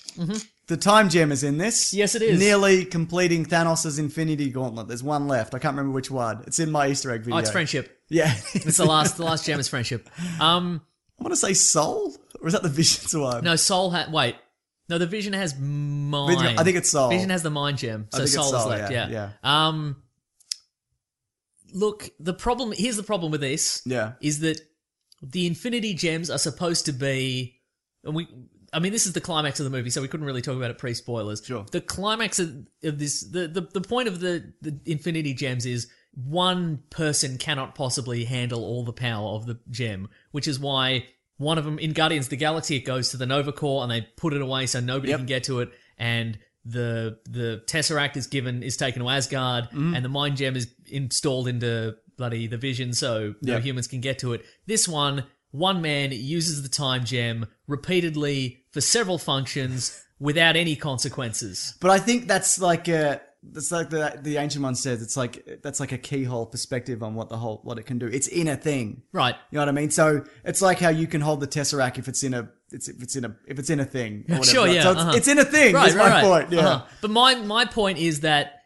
The time gem is in this. Mm-hmm. Yes, it is. Nearly completing Thanos' Infinity Gauntlet. There's one left. I can't remember which one. It's in my Easter egg video. Oh, it's friendship. Yeah. *laughs* It's the last. The last gem is friendship. Um, I want to say Soul, or is that the Visions one? no, soul. Ha- wait, no, the vision has mine. Vision- I think it's soul. Vision has the mind gem, so think it's soul, is soul, left. yeah, Yeah, Um, look, the problem here's the problem with this. Yeah. is that the Infinity Gems are supposed to be, and we. I mean, this is the climax of the movie, so we couldn't really talk about it pre spoilers. Sure. The climax of, of this, the, the, the point of the, the Infinity Gems is one person cannot possibly handle all the power of the gem, which is why one of them, in Guardians of the Galaxy, it goes to the Nova Core and they put it away so nobody can get to it. And the the Tesseract is given, is taken to Asgard, Mm-hmm. and the Mind Gem is installed into bloody the Vision so no Yep. humans can get to it. This one, one man uses the time gem repeatedly for several functions without any consequences. But I think that's like a. That's like the the ancient one says. It's like that's like a keyhole perspective on what the whole what it can do. It's in a thing. Right. You know what I mean? So it's like how you can hold the tesseract if it's in a it's if it's in a if it's in a thing. or whatever. *laughs* Sure, yeah, So it's, uh-huh. it's in a thing. Right, is my right, right. point. Yeah. Uh-huh. But my my point is that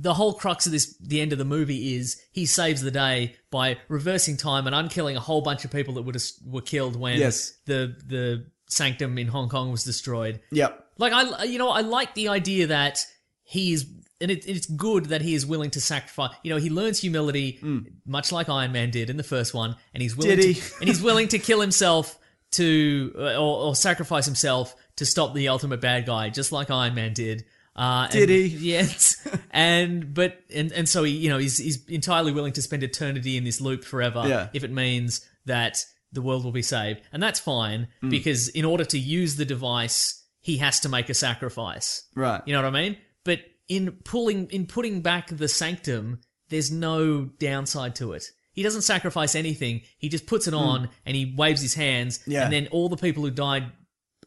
the whole crux of this the end of the movie is he saves the day by reversing time and unkilling a whole bunch of people that would have, were killed when Yes. the the sanctum in Hong Kong was destroyed. Yep. Like I, you know, I like the idea that he is, and it, it's good that he is willing to sacrifice. You know, he learns humility, much like Iron Man did in the first one, and he's willing, Mm. Did to, he? *laughs* and he's willing to kill himself to uh, or, or sacrifice himself to stop the ultimate bad guy, just like Iron Man did. Uh, and- Did he? *laughs* Yes, *laughs* and but and and so he, you know, he's he's entirely willing to spend eternity in this loop forever Yeah. if it means that the world will be saved. And that's fine Mm. because in order to use the device, he has to make a sacrifice. Right. You know what I mean? But in pulling in putting back the sanctum, there's no downside to it. He doesn't sacrifice anything. He just puts it on and he waves his hands Mm. Yeah. and then all the people who died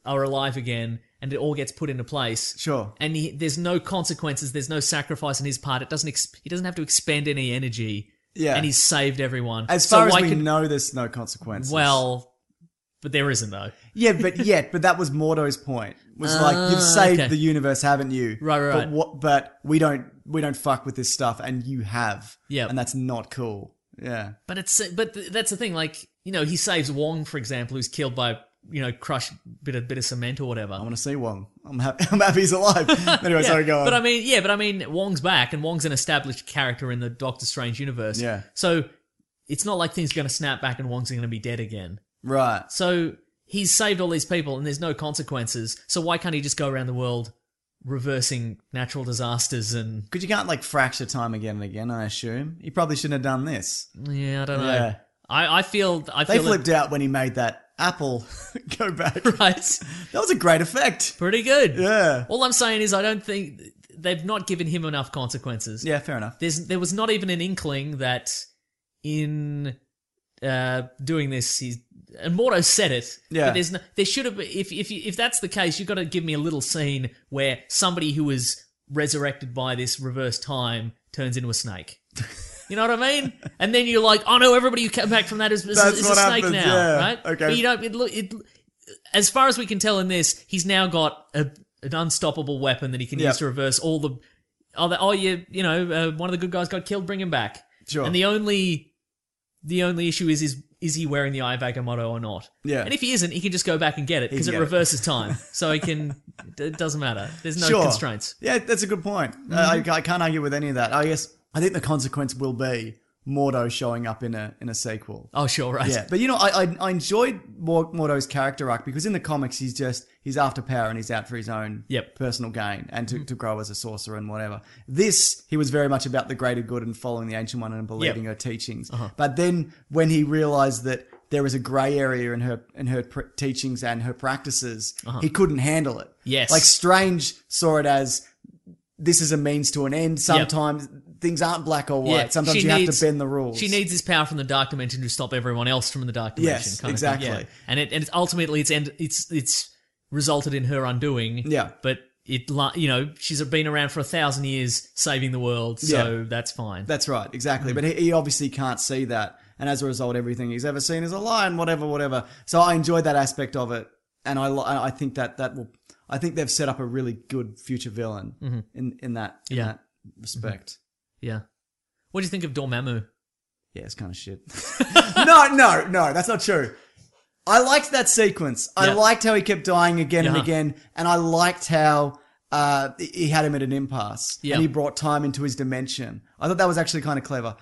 are alive again and it all gets put into place. Sure. And he, there's no consequences, there's no sacrifice on his part. It doesn't ex- he doesn't have to expend any energy Yeah. and he's saved everyone. as So far why as we could- know, there's no consequences. well, but there isn't though. Yeah, but yet, but that was Mordo's point. Was like you've Ah, saved okay. the universe, haven't you? Right, right, But right. what? But we don't we don't fuck with this stuff, and you have. Yeah. and that's not cool. Yeah, But it's but th- that's the thing. Like you know, he saves Wong, for example, who's killed by you know crushed bit of bit of cement or whatever. I want to see Wong. I'm happy. *laughs* I'm happy he's *laughs* alive. anyway, sorry, go on. But I mean, yeah, but I mean, Wong's back, and Wong's an established character in the Doctor Strange universe. Yeah. So it's not like things are going to snap back and Wong's going to be dead again. right. So he's saved all these people, and there's no consequences. So why can't he just go around the world reversing natural disasters and Because you can't like fracture time again and again. I assume he probably shouldn't have done this. yeah, I don't know. Yeah. I, I feel I They feel *laughs* flipped out when he made that apple *laughs* go back. it, right. That was a great effect. Pretty good. Yeah. All I'm saying is I don't think they've not given him enough consequences. Yeah, fair enough. There's there was not even an inkling that in uh, doing this he's and Mordo said it. Yeah. But there's no, there should have been- if if if that's the case, you've got to give me a little scene where somebody who was resurrected by this reverse time turns into a snake. You know what *laughs* I mean? And then you're like, oh no, everybody who came back from that is, is, That's is a what snake happens, now, yeah. right? Okay. But you don't. It, look- it, as far as we can tell in this, he's now got a, an unstoppable weapon that he can Yep. use to reverse all the. Oh, the, oh, you, you know, uh, one of the good guys got killed. Bring him back. Sure. And the only, the only issue is is is he wearing the Ivaca motto or not? Yeah. And if he isn't, he can just go back and get it He because can it get it. *laughs* reverses time, so he can. it doesn't matter. There's no Sure. constraints. Mm-hmm. Yeah, that's a good point. Uh, I, I can't argue with any of that. I guess I think the consequence will be Mordo showing up in a in a sequel. Oh, sure, right. Yeah, but you know, I I, I enjoyed Mor- Mordo's character arc because in the comics he's just he's after power and he's out for his own Yep. Mm-hmm. personal gain and to, to grow as a sorcerer and whatever. This he was very much about the greater good and following the ancient one and believing her teachings. Uh-huh. But then when he realized that there was a grey area in her in her pr- teachings and her practices, he couldn't handle it. Uh-huh. Yes. like Strange saw it as this is a means to an end. Sometimes things aren't black or white. Yeah, Sometimes she you have needs- to bend the rules. She needs this power from the dark dimension to stop everyone else from the dark dimension. Yes, kind of exactly. Thing. Yeah. And it and it's ultimately it's end it's it's resulted in her undoing. Yeah. But it la- you know she's been around for a thousand years saving the world, so that's fine. That's right, exactly. But he, he obviously can't see that, and as a result, everything he's ever seen is a lie and whatever, whatever. So I enjoyed that aspect of it, and I li- and I think that that will. I think they've set up a really good future villain in in that in Yeah. that respect. yeah. What do you think of Dormammu? Yeah, it's kind of shit. *laughs* no, no, no, that's not true. I liked that sequence. I Yeah. Uh-huh. liked how he kept dying again and Yeah. again, and I liked how uh, he- he had him at an impasse, Yeah. and he brought time into his dimension. I thought that was actually kind of clever.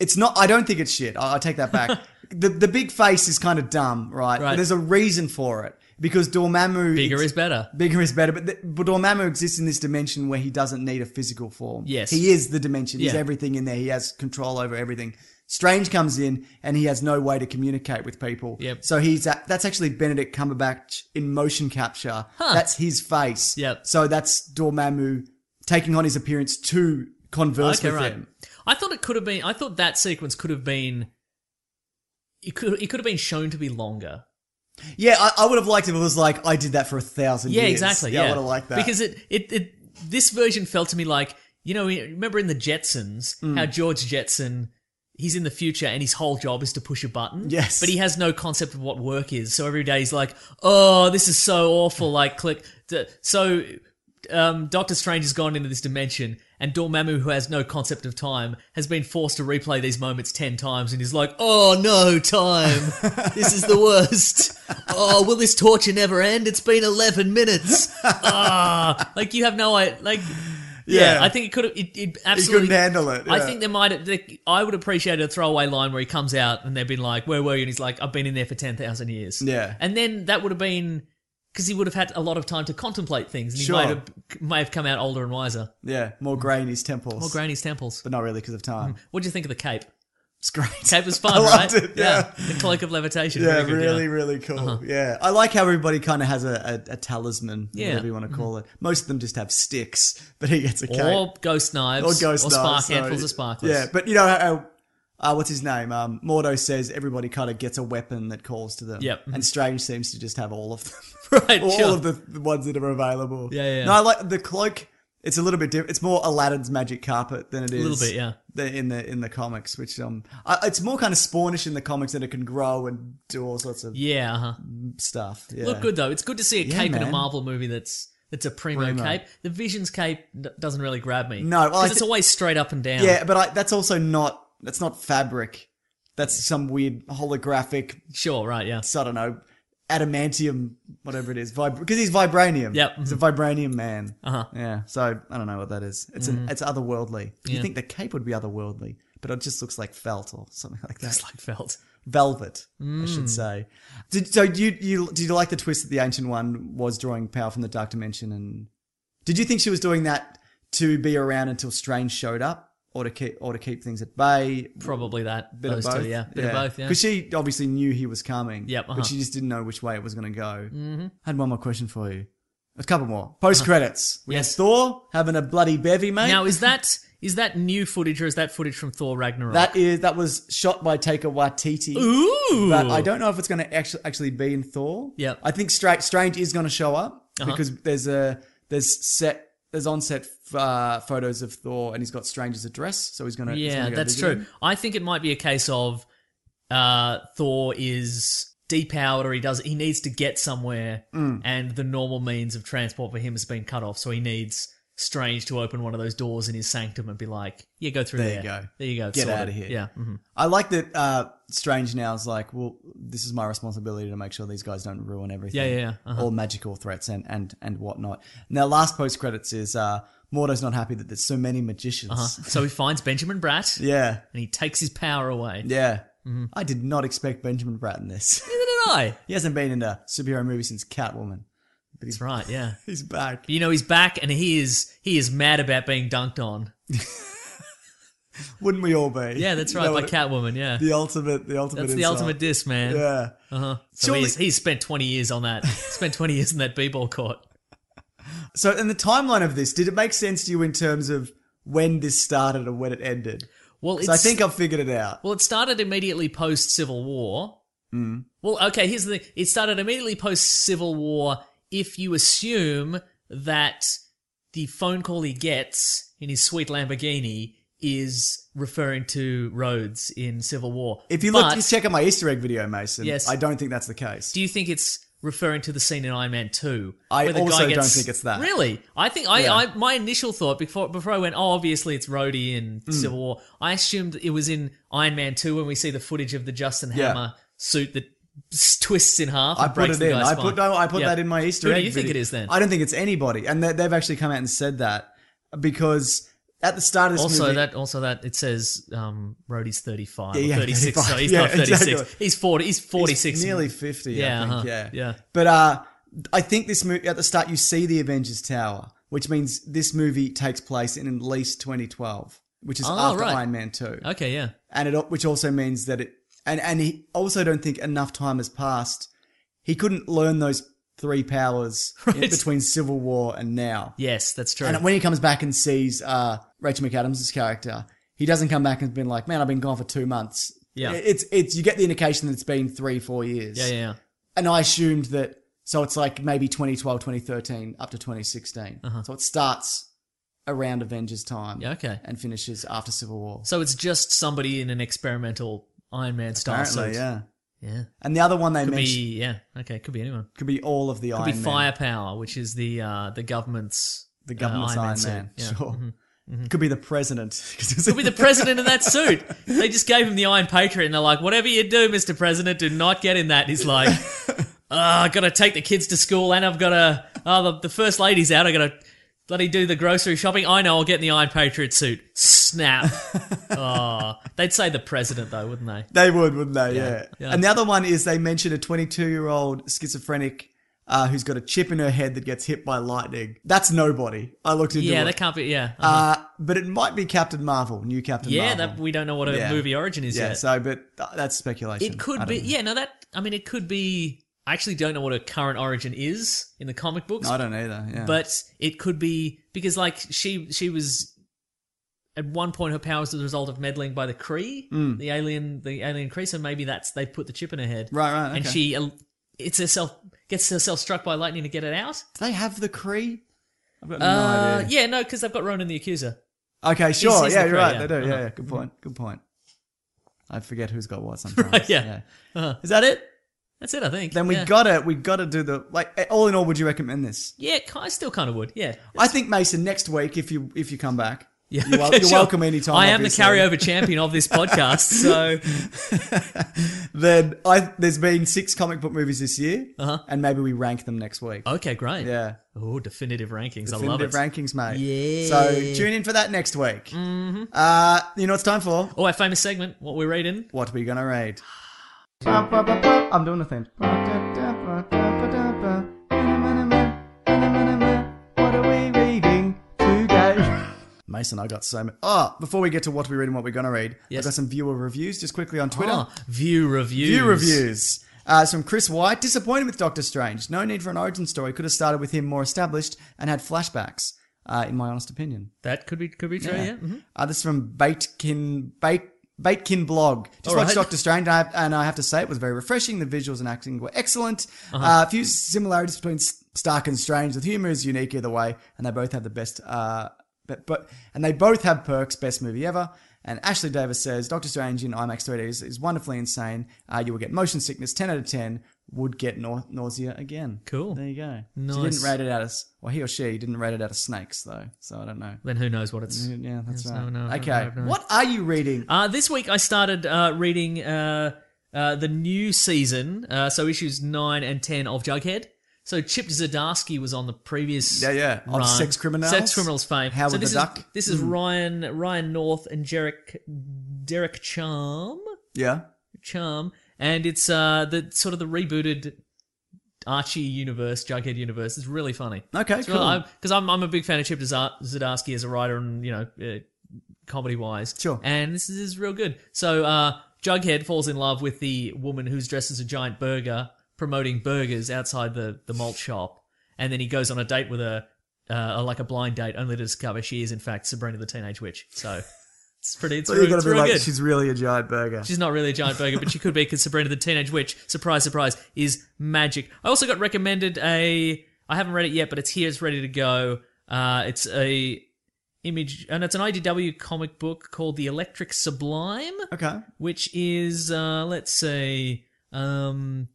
It's not. I don't think it's shit. I, I take that *laughs* back. the The big face is kind of dumb, right? Right. But there's a reason for it because Dormammu Bigger it's- is better. Bigger is better, but, th- but Dormammu exists in this dimension where he doesn't need a physical form. Yes. He is the dimension. He's Yeah. everything in there. He has control over everything. Strange comes in and he has no way to communicate with people. Yep. So he's a- that's actually Benedict Cumberbatch in motion capture. That's his face. Yep. So that's Dormammu taking on his appearance to converse Okay, with right. him. I thought it could have been. I thought that sequence could have been. It could. It could have been shown to be longer. Yeah, I, I would have liked if it was like I did that for a thousand Yeah, years. exactly. Yeah, I would have liked that because it, it it this version felt to me like you know remember in the Jetsons Hmm. how George Jetson he's in the future and his whole job is to push a button. Yes. but he has no concept of what work is. So every day he's like, oh, this is so awful. Like click. D- So um, Doctor Strange has gone into this dimension, and Dormammu, who has no concept of time, has been forced to replay these moments ten times, and is like, "Oh no, time! This is the worst. Oh, will this torture never end? It's been eleven minutes. Ah, like you have no i- like." Yeah, Yeah. I think it could have. It, it absolutely couldn't handle it, I yeah. think there might. They, I would appreciate a throwaway line where he comes out and they've been like, "Where were you?" And he's like, "I've been in there for ten thousand years." Yeah. and then that would have been because he would have had a lot of time to contemplate things, and he Sure. might have may have come out older and wiser. yeah, more grey in his temples, More Granny's temples. but not really because of time. What do you think of the cape? It's great. Cape was fun, *laughs* I loved right? it, yeah. the cloak of levitation. Yeah, Very good, really, yeah. Uh-huh. really cool. Yeah, I like how everybody kind of has a, a, a talisman, Yeah. Mm-hmm. whatever you want to call it. Most of them just have sticks, *laughs* but he gets a cape Or ghost or knives, ghost spark knives, so- handfuls of sparklers. Yeah, but you know how. Uh, what's his name? Um, Mordo says everybody kind of gets a weapon that calls to them. Yep. And Strange seems to just have all of them. *laughs* *laughs* Right, all sure. of the, the ones that are available. Yeah, yeah, No, yeah. I like the cloak. It's a little bit different. It's more Aladdin's magic carpet than it is little bit, yeah. The, in the in the comics, which um, I, it's more kind of spawnish in the comics that it can grow and do all sorts of yeah. Uh-huh. stuff. Yeah. Look good though. It's good to see a Yeah, cape in a man. Marvel movie that's that's a primo, Primo. cape. The Vision's cape d- doesn't really grab me. No, well, I 'Cause it's thi- always straight up and down. Yeah, but I, that's also not that's not fabric. That's some weird holographic. sure, right, yeah. I don't know, adamantium, whatever it is, because he's vibranium. Yep. Mm-hmm. he's a vibranium man. Uh-huh. Mm. Yeah. So I don't know what that is. It's an it's otherworldly. You think the cape would be otherworldly, but it just looks like felt or something like that, It's like felt. Mm. velvet, I should say. Did, so you you did you like the twist that the ancient one was drawing power from the dark dimension and Did you think she was doing that to be around until Strange showed up, or to keep or to keep things at bay? Probably that. Bit those of both, two, yeah. Bit of both, yeah. Because she obviously knew he was coming. Yep, uh-huh. But she just didn't know which way it was going to go. Mm-hmm. Had one more question for you. A couple more. Post credits. We Uh-huh. Yes. had Thor having a bloody bevy, mate. Now is that is that new footage or is that footage from Thor Ragnarok? that is that was shot by Taika Waititi. Ooh. But I don't know if it's going to actually actually be in Thor. Yep. Uh-huh. I think Stra- Strange is going to show up because there's a there's set there's on set uh, photos of Thor and he's got Strange's address, so he's going to Yeah, go that's visit true. him. I think it might be a case of uh, Thor is depowered or he does he needs to get somewhere Mm. and the normal means of transport for him has been cut off, so he needs Strange to open one of those doors in his sanctum and be like, Yeah, go through There there. you go. There you go. Get sorted." outta here. Yeah. hmm I like that uh, Strange now is like, well, this is my responsibility to make sure these guys don't ruin everything. Yeah, yeah, yeah. Uh-huh. All magical threats and, and, and whatnot. Now, last post credits is uh, Mordo's not happy that there's so many magicians. So he finds Benjamin Bratt *laughs* Yeah, and he takes his power *laughs* away. yeah. Mm-hmm. I did not expect Benjamin Bratt in this. *laughs* Neither did I. he hasn't been in a superhero movie since Catwoman. That's right, yeah. He's back. But you know he's back and he is he is mad about being dunked on. Wouldn't we all be? Yeah, that's *laughs* You right, know by what- Catwoman, yeah. The ultimate, the ultimate. That's the insult. ultimate diss, man. uh, Uh-huh. Yeah. So Surely- he's, he's spent 20 years on that. *laughs* spent 20 years in that b-ball court. So, in the timeline of this, did it make sense to you in terms of when this started and when it ended? Well, it's, So I think I've figured it out. well, it started immediately post Civil War. Hmm. Well, okay, here's the thing. It started immediately post Civil War if you assume that the phone call he gets in his sweet Lamborghini is referring to Rhodes in Civil War. If you But look, just check out my Easter egg video, Mason. Yes. I don't think that's the case. do you think it's referring to the scene in Iron Man Two? I where the also guy don't gets, think it's that. Really, I think I, Yeah. I my initial thought before before I went, oh, obviously it's Rhodey in Mm. Civil War. I assumed it was in Iron Man Two when we see the footage of the Justin Yeah. Hammer suit that s- twists in half. I and put breaks it the in. guy's I put spine. no, I put Yeah. that in my Easter Who egg. do you think video. it is then? I don't think it's anybody, and they, they've actually come out and said that because at the start of this also movie, that also that it says um, Rhodey's thirty five, Yeah, yeah, thirty six. So 35. he's Yeah, not thirty six. exactly. He's forty. He's forty It's six. nearly fifty. Yeah, I think, uh-huh. yeah, Yeah. But uh, I think this movie at the start you see the Avengers Tower, which means this movie takes place in at least 2012, which is Oh, after right. Iron Man Two, Okay, yeah. and it al- which also means that it and and he also don't think enough time has passed. He couldn't learn those three powers in *laughs* Right. between Civil War and now. Yes, that's true. And when he comes back and sees uh, Rachel McAdams' character, he doesn't come back and been like, "Man, I've been gone for two months." Yeah. it's it's you get the indication that it's been three, four years. yeah, yeah, yeah. And I assumed that, so it's like maybe 2012, 2013, up to 2016. So it starts around Avengers time. Uh-huh. Yeah, okay. And finishes after Civil War. So it's just somebody in an experimental Iron Man style Apparently, suit. yeah. Yeah. And the other one they Could mentioned be yeah. Okay, could be anyone. could be all of the Could Iron be Man, firepower, which is the uh the government's the uh, government's Iron suit. Man. Yeah. Mm-hmm. Sure. Could be the president. *laughs* Could be the president in that suit. They just gave him the Iron Patriot, and they're like, "Whatever you do, Mister President, do not get in that." He's like, *laughs* "Ah, I've got to take the kids to school, and I've got to oh the, the first lady's out. I got to bloody do the grocery shopping. I know I'll get in the Iron Patriot suit." *laughs* Snap. oh, they'd say the president though, wouldn't they? They would, wouldn't they? Yeah. Yeah. And the other one is they mentioned a 22 year old schizophrenic uh, who's got a chip in her head that gets hit by lightning. That's nobody. I looked into Yeah, it. that can't be. Yeah. uh, but it might be Captain Marvel, new Captain Yeah, Marvel. that we don't know what a Yeah. movie origin is yeah. yet. So, but th- that's speculation. it I could don't be. know. Yeah, no, that. I mean, it could be. I actually don't know what a current origin is in the comic books, I don't either. Yeah. but it could be because, like, she she was at one point her powers was the result of meddling by the Kree, Hmm. the alien, the alien Kree. So maybe that's they put the chip in her head, Right, right, And okay. she uh, it's herself gets herself struck by lightning to get it out. do they have the Kree? I've got no uh, idea. yeah, no, because they've got Ronan the Accuser. Okay, sure. he's yeah, the you're Kree, right. They yeah. do. Yeah, Uh-huh. yeah. Good point. Good point. I forget who's got *laughs* what sometimes. Right, yeah. Is that it? That's it, I think. Then we yeah. got it. We got to do the like. eh, All in all, would you recommend this? Yeah, ki- I still kind of would. Yeah. I think Mason next week if you if you come back. Yeah, you're, *laughs* wel- okay, you're sure. welcome anytime. I am the obviously. carryover champion of *laughs* this podcast, so Then I there's been six comic book movies this year, Uh-huh. and maybe we rank them next week. okay, great. Yeah, Oh, definitive rankings. I love definitive it. rankings, mate. Yeah. So tune in for that next week. Mm-hmm. Uh, you know what it's time for? oh, our famous segment. What we're reading. What are we gonna read? I'm doing the thing. What are we reading? Mason, I got so much. Oh, before we get to what we read and what we're going to read, Yes. I got some viewer reviews just quickly on Twitter. Ah, view reviews. View reviews. Uh, it's from Chris White. Disappointed with Doctor Strange. No need for an origin story. Could have started with him more established and had flashbacks, uh, in my honest opinion. That could be could be true. Yeah. mhm. Uh, this is from Baitkin, Bait, Baitkin blog. Just All watched right. Doctor Strange, and I, and I have to say it was very refreshing. The visuals and acting were excellent. uh Uh-huh. a few similarities between S- Stark and Strange. The humor is unique either way, and they both have the best. Uh, but, but and they both have perks. Best movie ever. And Ashley Davis says Doctor Strange in IMAX 3D is, is wonderfully insane. Uh, you will get motion sickness. Ten out of ten. Would get nau- nausea again. Cool. There you go. So he Nice. didn't rate it out as well. He or she didn't rate it out of snakes though. So I don't know. Then who knows what it's? Yeah, that's Yes, right. no, no, okay. no, no, no. What are you reading? Uh, this week I started uh, reading uh, uh, the new season, uh, so issues nine and ten of Jughead. So Chip Zdarsky was on the previous Yeah, yeah, of run. Sex Criminals. Sex criminals fame. Howard so the this Is, Duck. Hmm. this is Ryan Ryan North and Derek Derek Charm yeah. Charm, and it's uh, the sort of the rebooted Archie universe, Jughead universe. It's really funny. Okay, cool. Because I'm, I'm a big fan of Chip Zda- Zdarsky as a writer and, you know, uh, comedy wise. Sure. And this is, this is real good. So, uh, Jughead falls in love with the woman who's dressed as a giant burger, promoting burgers outside the, the malt shop. And then he goes on a date with her, uh, like a blind date, only to discover she is, in fact, Sabrina the Teenage Witch. So, it's *laughs* pretty, it's, So real, you're gonna it's be real like, good. she's really a giant burger. She's not really a giant burger, but she could be because Sabrina the Teenage Witch, surprise, surprise, is magic. I also got recommended a. I haven't read it yet, but it's here. It's ready to go. Uh, it's a image, and it's an IDW comic book called The Electric Sublime, okay. which is uh, let's say. Um,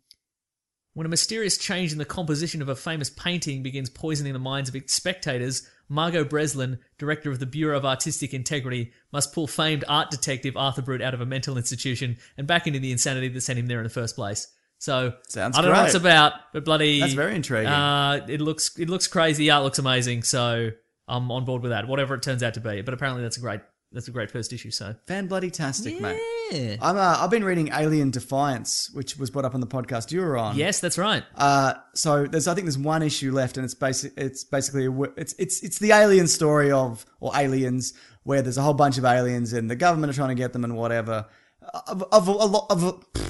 when a mysterious change in the composition of a famous painting begins poisoning the minds of its spectators, Margot Breslin, director of the Bureau of Artistic Integrity, must pull famed art detective Arthur Brute out of a mental institution and back into the insanity that sent him there in the first place. So Sounds I don't know what it's great. about, but bloody That's very intriguing. Uh, it looks it looks crazy. The art looks amazing, so I'm on board with that. Whatever it turns out to be, but apparently that's a great that's a great first issue. So Fan bloody tastic, mate. yeah, I'm. Uh, I've been reading Alien Defiance, which was brought up on the podcast you were on. yes, that's right. Uh, so there's, I think there's one issue left, and it's basic. It's basically a w- it's it's it's the alien story of or aliens where there's a whole bunch of aliens and the government are trying to get them and whatever. I've, I've a lot. I've,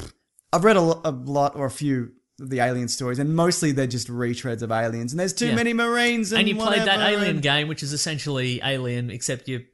I've read a, lo- a lot or a few of the alien stories, and mostly they're just retreads of aliens. And there's too Yeah. many marines, and, and you played that whatever, alien *laughs* and- game, which is essentially Alien, except you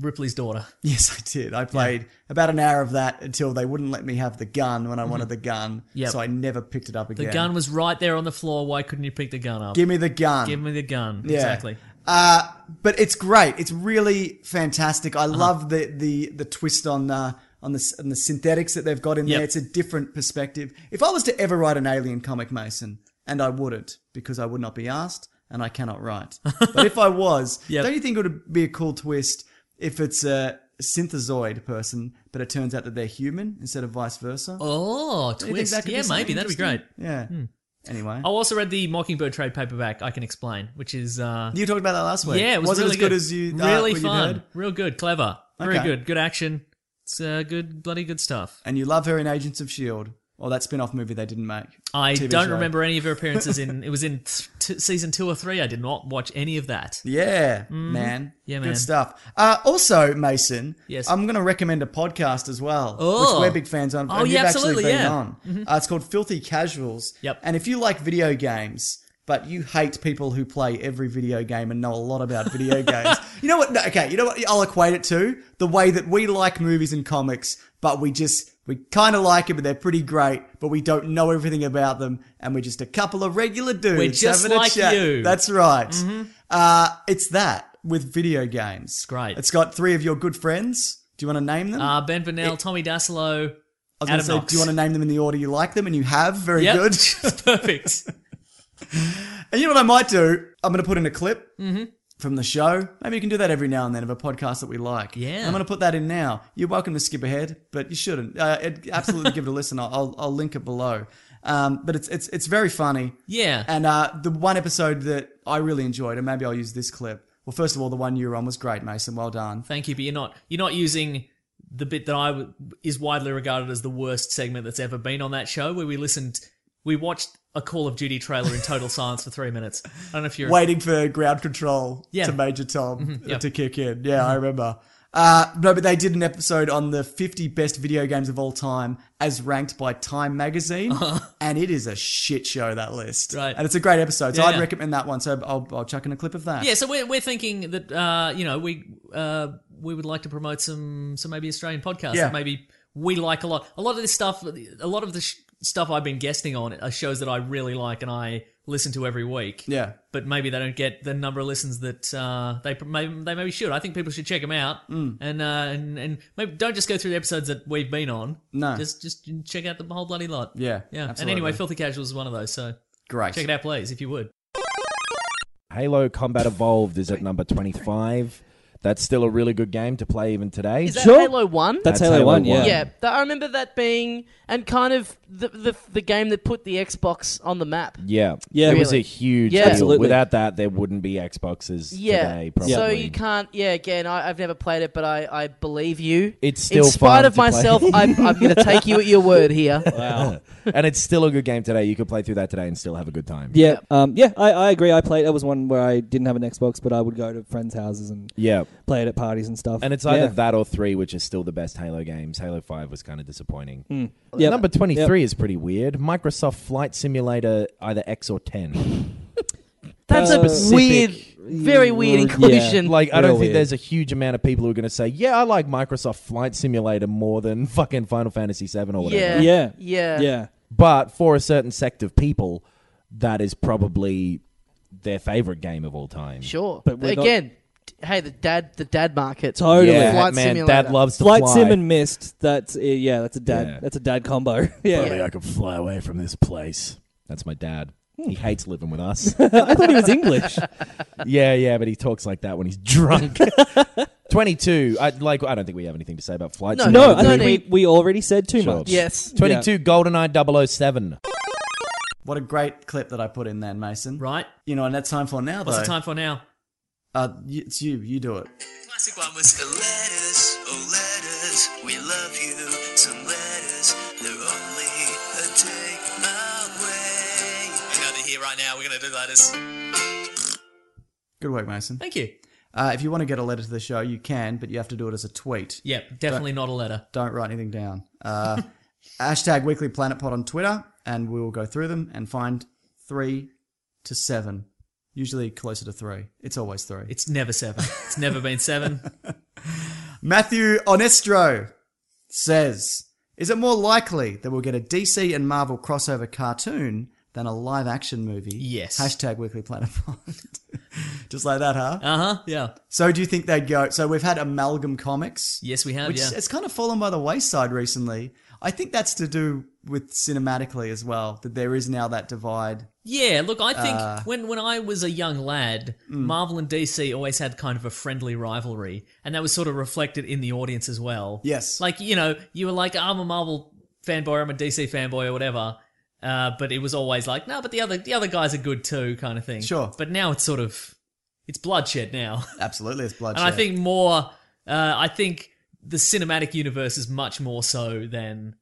Ripley's daughter. Yes, I did. I played about an hour of that until they wouldn't let me have the gun when I wanted the gun. Mm-hmm. Yep. So I never picked it up The again. gun was right there on the floor. Why couldn't you pick the gun up? Give me the gun. Give me the gun. Yeah. Exactly. Uh, but it's great. It's really fantastic. I Uh-huh. love the the the twist on uh, on the s- on the synthetics that they've got in Yep. there. It's a different perspective. If I was to ever write an alien comic, Mason, and I wouldn't because I would not be asked and I cannot *laughs* write. but if I was, Yep. don't you think it would be a cool twist if it's a synthezoid person, but it turns out that they're human instead of vice versa? Oh, Do you think twist. that could be yeah, maybe something that'd be great. Hmm. Oh. interesting? Yeah. Anyway, I also read the Mockingbird trade paperback. I can explain, which is uh, you talked about that last week. yeah, it not was really as good, as you uh, really what you'd fun, heard? real good, clever, very Okay. good, good action. It's uh, good, bloody good stuff. and you love her in Agents of Shield or that spin-off movie they didn't make. I TV don't show. remember any of her appearances *laughs* in. It was in th- t- season two or three. I did not watch any of that. Yeah, man. Mm-hmm. Yeah, man. Good stuff. Uh, also, Mason. Yes. I'm going to recommend a podcast as well, Oh. which we're big fans of. Oh, and yeah, you've actually absolutely, been yeah. Mm-hmm. on. Uh, it's called Filthy Casuals. Yep. And if you like video games. But you hate people who play every video game and know a lot about video *laughs* games. You know what? No, okay, you know what? I'll equate it to the way that we like movies and comics, but we just we kind of like it, but they're pretty great, but we don't know everything about them, and we're just a couple of regular dudes just having a like chat. you. Mm-hmm. That's that's right. Uh, it's that with video games. It's great. It's got three of your good friends. Do you want to name them? Uh, ben Bennell, Tommy Dasilo, I was Adam gonna say, Knox. do you want to name them in the order you like them? And you have. Very Yep. good. *laughs* *laughs* Perfect. And you know what I might do? I'm going to put in a clip Mm-hmm. from the show. Maybe you can do that every now and then of a podcast that we like. Yeah. And I'm going to put that in now. You're welcome to skip ahead, but you shouldn't. Uh, it, absolutely give it a *laughs* listen. I'll, I'll, I'll link it below. Um, but it's, it's, it's very funny. Yeah. And uh, the one episode that I really enjoyed, and maybe I'll use this clip. Well, first of all, the one you were on was great, Mason. Well done. Thank you, but you're not you're not using the bit that I w- is widely regarded as the worst segment that's ever been on that show, where we listened we watched a Call of Duty trailer in *laughs* total silence for three minutes. I don't know if you're waiting for ground control Yeah. Mm-hmm. to Major Tom yep. Mm-hmm. to kick in. Yeah, I remember. Uh, no, but they did an episode on the 50 best video games of all time as ranked by Time Magazine. And it is a shit show, that list. Uh-huh. Right. And it's a great episode. So Yeah, I'd yeah. recommend that one. So I'll, I'll chuck in a clip of that. Yeah, so we're, we're thinking that uh, you know we uh, we would like to promote some some maybe Australian podcasts Yeah. that maybe we like a lot. A lot of this stuff, a lot of the sh- stuff I've been guesting on are shows that I really like and I listen to every week. Yeah. But maybe they don't get the number of listens that uh, they pr- may they maybe should. I think people should check them out Mm. and uh, and and maybe don't just go through the episodes that we've been on. No. just just check out the whole bloody lot. Yeah, yeah. absolutely. And anyway, Filthy Casual is one of those. So Great. check it out, please, if you would. Halo Combat Evolved is at number 25. That's still a really good game to play even today. Is that Halo One? That's Halo Halo 1, yeah. 1. yeah. That, I remember that being and kind of the, the the game that put the Xbox on the map. Yeah. Yeah. It was a Really? huge Yeah. deal. Absolutely. Without that, there wouldn't be Xboxes Yeah. today, probably. So you can't. Yeah. Again, I, I've never played it, but I, I believe you. It's still in spite fun of to play. myself. I'm, I'm going to take you at your word here. and it's still a good game today. You could play through that today and still have a good time. Yeah, um, yeah, I, I agree. I played. That was one where I didn't have an Xbox, but I would go to friends' houses and Yeah. play it at parties and stuff. And it's either Yeah. that or three, which is still the best Halo games. Halo Five was kind of disappointing. Mm. Yep. Number twenty three Yep. is pretty weird. Microsoft Flight Simulator, either X or ten. That's a weird- very weird Yeah. inclusion. Like I Real don't think weird. there's a huge amount of people who are going to say, "Yeah, I like Microsoft Flight Simulator more than fucking Final Fantasy Seven or whatever." Yeah. Yeah. Yeah. Yeah. But for a certain sect of people, that is probably their favorite game of all time. Sure. But But we're not- again, t- hey, the dad, the dad market. Totally. Yeah, Flight man, simulator. dad loves to Flight fly. Sim and Mist. That's uh, yeah. That's a dad. Yeah. That's a dad combo. *laughs* yeah. Finally, I can fly away from this place. That's my dad. He hates living with us. I thought he was English. yeah, yeah, but he talks like that when he's drunk. Twenty-two. I like. I don't think we have anything to say about flights. No, no, I think we, we already said too much. Twenty-two. GoldenEye 007. What a great clip that I put in then, Mason. Right. You know, and that's time for now, What's though. the time for now? Uh, y- it's you. You do it. Classic one was uh, letters, oh letters, we love you. Some letters, they're only a day away. Hang on, they're here right now. We're gonna do letters. Good work, Mason. Thank you. Uh, if you want to get a letter to the show, you can, but you have to do it as a tweet. Yep, definitely not a letter. Don't write anything down. *laughs* Uh, hashtag Weekly Planet Pod on Twitter, and we will go through them and find three to seven. Usually closer to three. It's always three. It's never seven. It's never *laughs* been seven. Matthew Onestro says, "Is it more likely that we'll get a DC and Marvel crossover cartoon than a live action movie?" Yes. Hashtag Weekly Planet Pod. *laughs* Just like that, huh? Uh huh. Yeah. So do you think they'd go? So we've had Amalgam Comics. Yes, we have. which yeah. it's kind of fallen by the wayside recently. I think that's to do with cinematically as well. That there is now that divide. Yeah, look, I think Uh, mm. when, when I was a young lad, Marvel and DC always had kind of a friendly rivalry, and that was sort of reflected in the audience as well. Yes. Like, you know, you were like, I'm a Marvel fanboy, I'm a DC fanboy, or whatever. Uh, but it was always like, no, but the other the other guys are good too, kind of thing. Sure. But now it's sort of it's bloodshed now. *laughs* Absolutely, it's bloodshed. And I think more, uh, I think the cinematic universe is much more so than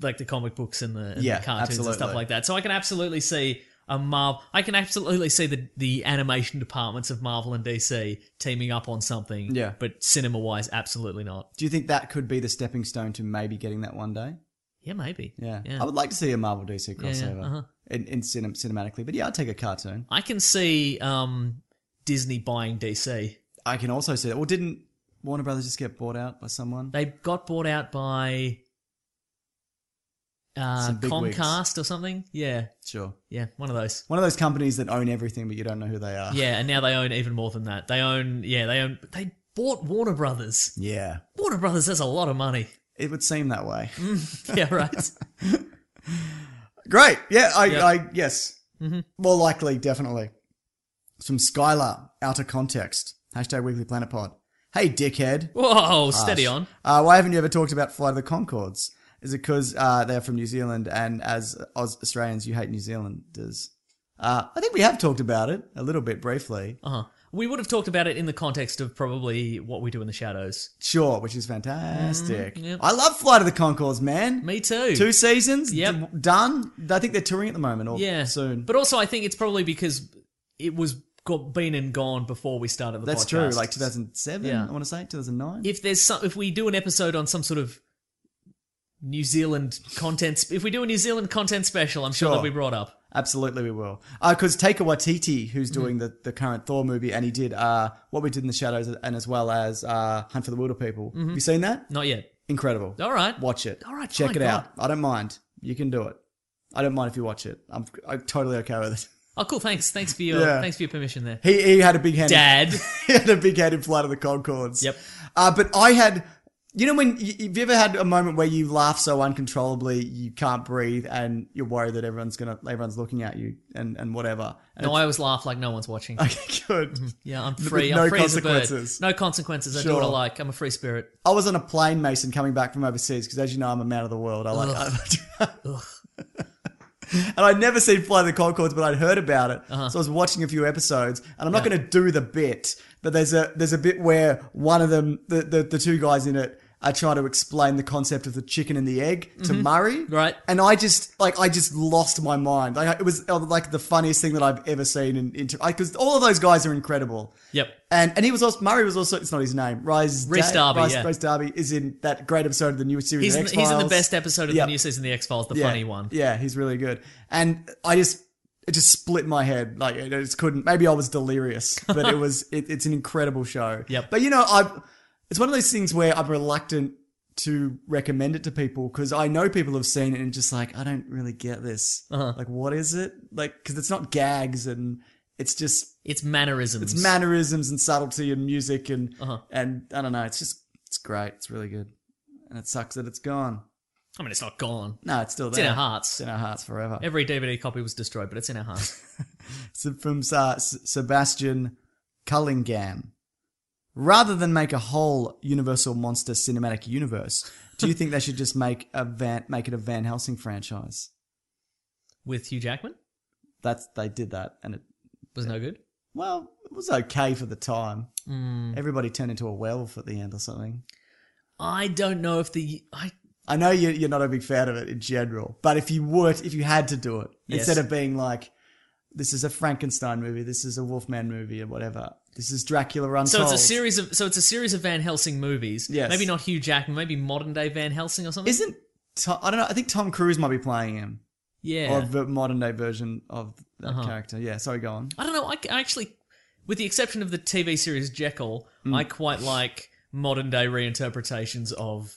like the comic books and the, and Yeah, the cartoons and absolutely. stuff like that. So I can absolutely see a Marvel. I can absolutely see the the animation departments of Marvel and DC teaming up on something. Yeah. but cinema wise, absolutely not. Do you think that could be the stepping stone to maybe getting that one day? Yeah, maybe. Yeah. Yeah. I would like to see a Marvel DC Yeah, yeah, crossover uh-huh. in, in cinem- cinematically, but yeah, I'd take a cartoon. I can see um, Disney buying DC. I can also see that. Well, didn't Warner Brothers just get bought out by someone? They got bought out by uh, Some bigwigs. Comcast or something. Yeah, Sure. yeah, one of those. One of those companies that own everything, but you don't know who they are. Yeah, and now they own even more than that. They own, yeah, they own. They bought Warner Brothers. Yeah. Warner Brothers has a lot of money. *laughs* It would seem that way. Yeah, right. Great. Yeah, I, Yep. I yes. Mm-hmm. More likely, definitely. Some Skylar, outer context. Hashtag Weekly Planet Pod. Hey, dickhead. Whoa, Harsh. steady on. Uh, why haven't you ever talked about Flight of the Concords? Is it because uh, they're from New Zealand and as Aus- Australians, you hate New Zealanders? Uh, I think we have talked about it a little bit briefly. Uh-huh. We would have talked about it in the context of probably what we do in the shadows. Sure, which is fantastic. Mm, yep. I love Flight of the Concords, man. Me too. Two seasons yep. done. I think they're touring at the moment or yeah. soon. But also, I think it's probably because it was got been and gone before we started the That's podcast. true, like 2007, Yeah. I want to say, 2009. if there's some, if we do an episode on some sort of New Zealand content, sp- if we do a New Zealand content special, I'm Sure. sure, that'll be brought up. Absolutely, we will. Because Taika Waititi, who's Mm-hmm. doing the, the current Thor movie, and he did uh, What We Did in the Shadows and as well as uh, Hunt for the Wilder People. Mhm. Have you seen that? Not yet. Incredible. All right. Watch it. All right, Check fine, it God. out. I don't mind. You can do it. I don't mind if you watch it. I'm, I'm totally okay with it. *laughs* Oh, cool. Thanks. Thanks for your Yeah. thanks for your permission there. He, he had a big hand. Dad. *laughs* he had a big hand in Flight of the Concords. Yep. Uh, but I had, you know, when you, have you ever had a moment where you laugh so uncontrollably you can't breathe and you're worried that everyone's gonna, everyone's looking at you and and whatever. And *laughs* no, Mm-hmm. it's- I always laugh like no *laughs* one's watching. Okay, good. Yeah, I'm With free. no I'm free As consequences. a bird. No consequences. I do Sure. what I like. I'm a *laughs* free spirit. I was on a plane, Mason, coming back from overseas because, as you know, I'm a man of the world. I like, and I'd never seen Fly the Concords, but I'd heard about it. So I was watching a few episodes, and I'm not going to do the bit, but there's a there's a bit where one of them, the the, the two guys in it. are trying to explain the concept of the chicken and the egg to Mhm. Murray, right? And I just like I just lost my mind. Like it was uh, like the funniest thing that I've ever seen. In because all of those guys are incredible. Yep. And and he was also Murray was also it's not his name. Rise Rhys Da- Darby, Rhys- yeah. Rhys Darby is in that great episode of the newest series. He's in, of the- he's in the X-Files. best episode of Yep. the new season of the X Files, the Yeah. funny one. Yeah, he's really good. And I just it just split my head. Like I just couldn't. Maybe I was delirious, but it was it, it's an incredible show. *laughs* Yep. But you know, I it's one of those things where I'm reluctant to recommend it to people because I know people have seen it and just like I don't really get this. Uh-huh. Like what is it? Like because it's not gags and it's just it's mannerisms. It's mannerisms and subtlety and music and Uh-huh. and I don't know. It's just it's great. It's really good, and it sucks that it's gone. I mean, it's not gone. No, it's still It's there. in our hearts. It's in our hearts forever. Every DVD copy was destroyed, but it's in *laughs* our hearts. So from uh, S- Sebastian Cullingham. Rather than make a whole Universal Monster cinematic universe, do you think they should just make a Van, make it a Van Helsing franchise? With Hugh Jackman, That's they did that, and it was no good. Well, it was okay for the time. Mm. Everybody turned into a werewolf at the end or something. I don't know if the I I know you're, you're not a big fan of it in general, but if you were, if you had to do it Yes. instead of being like, this is a Frankenstein movie, this is a Wolfman movie, or whatever, this is Dracula Untold. so it's a series of so it's a series of Van Helsing movies. Yes. maybe not Hugh Jackman, maybe modern day Van Helsing or something. Isn't To- I don't know. I think Tom Cruise might be playing him. Yeah. Or the modern day version of that Uh-huh. character. Yeah. Sorry, go on. I don't know. I, I actually, with the exception of the TV series Jekyll, Mm. I quite like modern day reinterpretations of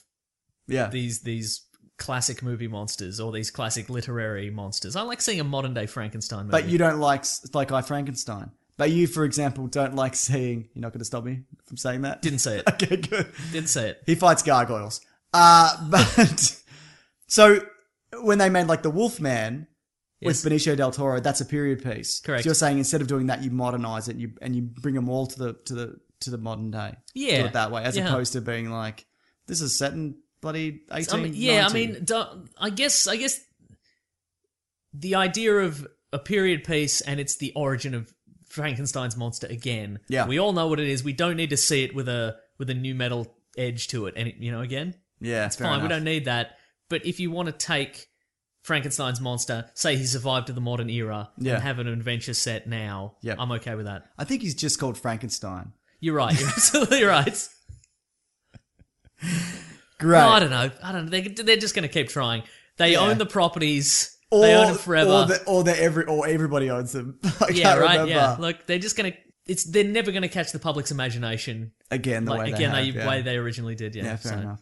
Yeah. these these classic movie monsters or these classic literary monsters. I like seeing a modern day Frankenstein movie. But you don't like s- like I Frankenstein. But you, for example, don't like seeing. You're not going to stop me from saying that. Didn't say *laughs* it. okay, good. Didn't say it. He fights gargoyles. Uh, *laughs* but so when they made like the Wolfman Yes. with Benicio del Toro, that's a period piece. Correct. So you're saying instead of doing that, you modernize it and you and you bring them all to the to the to the modern day. Yeah. Do it that way, as Yeah. opposed to being like this is set in bloody I eighteen. mean, yeah, I mean, do- I guess, I guess, the idea of a period piece and it's the origin of Frankenstein's monster again. Yeah. we all know what it is. We don't need to see it with a with a new metal edge to it, and it, you know, again, Yeah, it's fair fine. We enough. don't need that. But if you want to take Frankenstein's monster, say he survived to the modern era, Yeah. and have an adventure set now, Yeah. I'm okay with that. I think he's just called Frankenstein. You're right. *laughs* You're absolutely right. Great. No, I don't know. I don't know. They, they're just going to keep trying. They Yeah. own the properties. they own them forever. Or, the, or the every or everybody owns them. *laughs* I yeah, can't right. remember. Yeah. Look, they're just going to. It's they're never going to catch the public's imagination Again, the like- way they again have, the yeah. way they originally did. Yeah. Yeah, fair so- enough.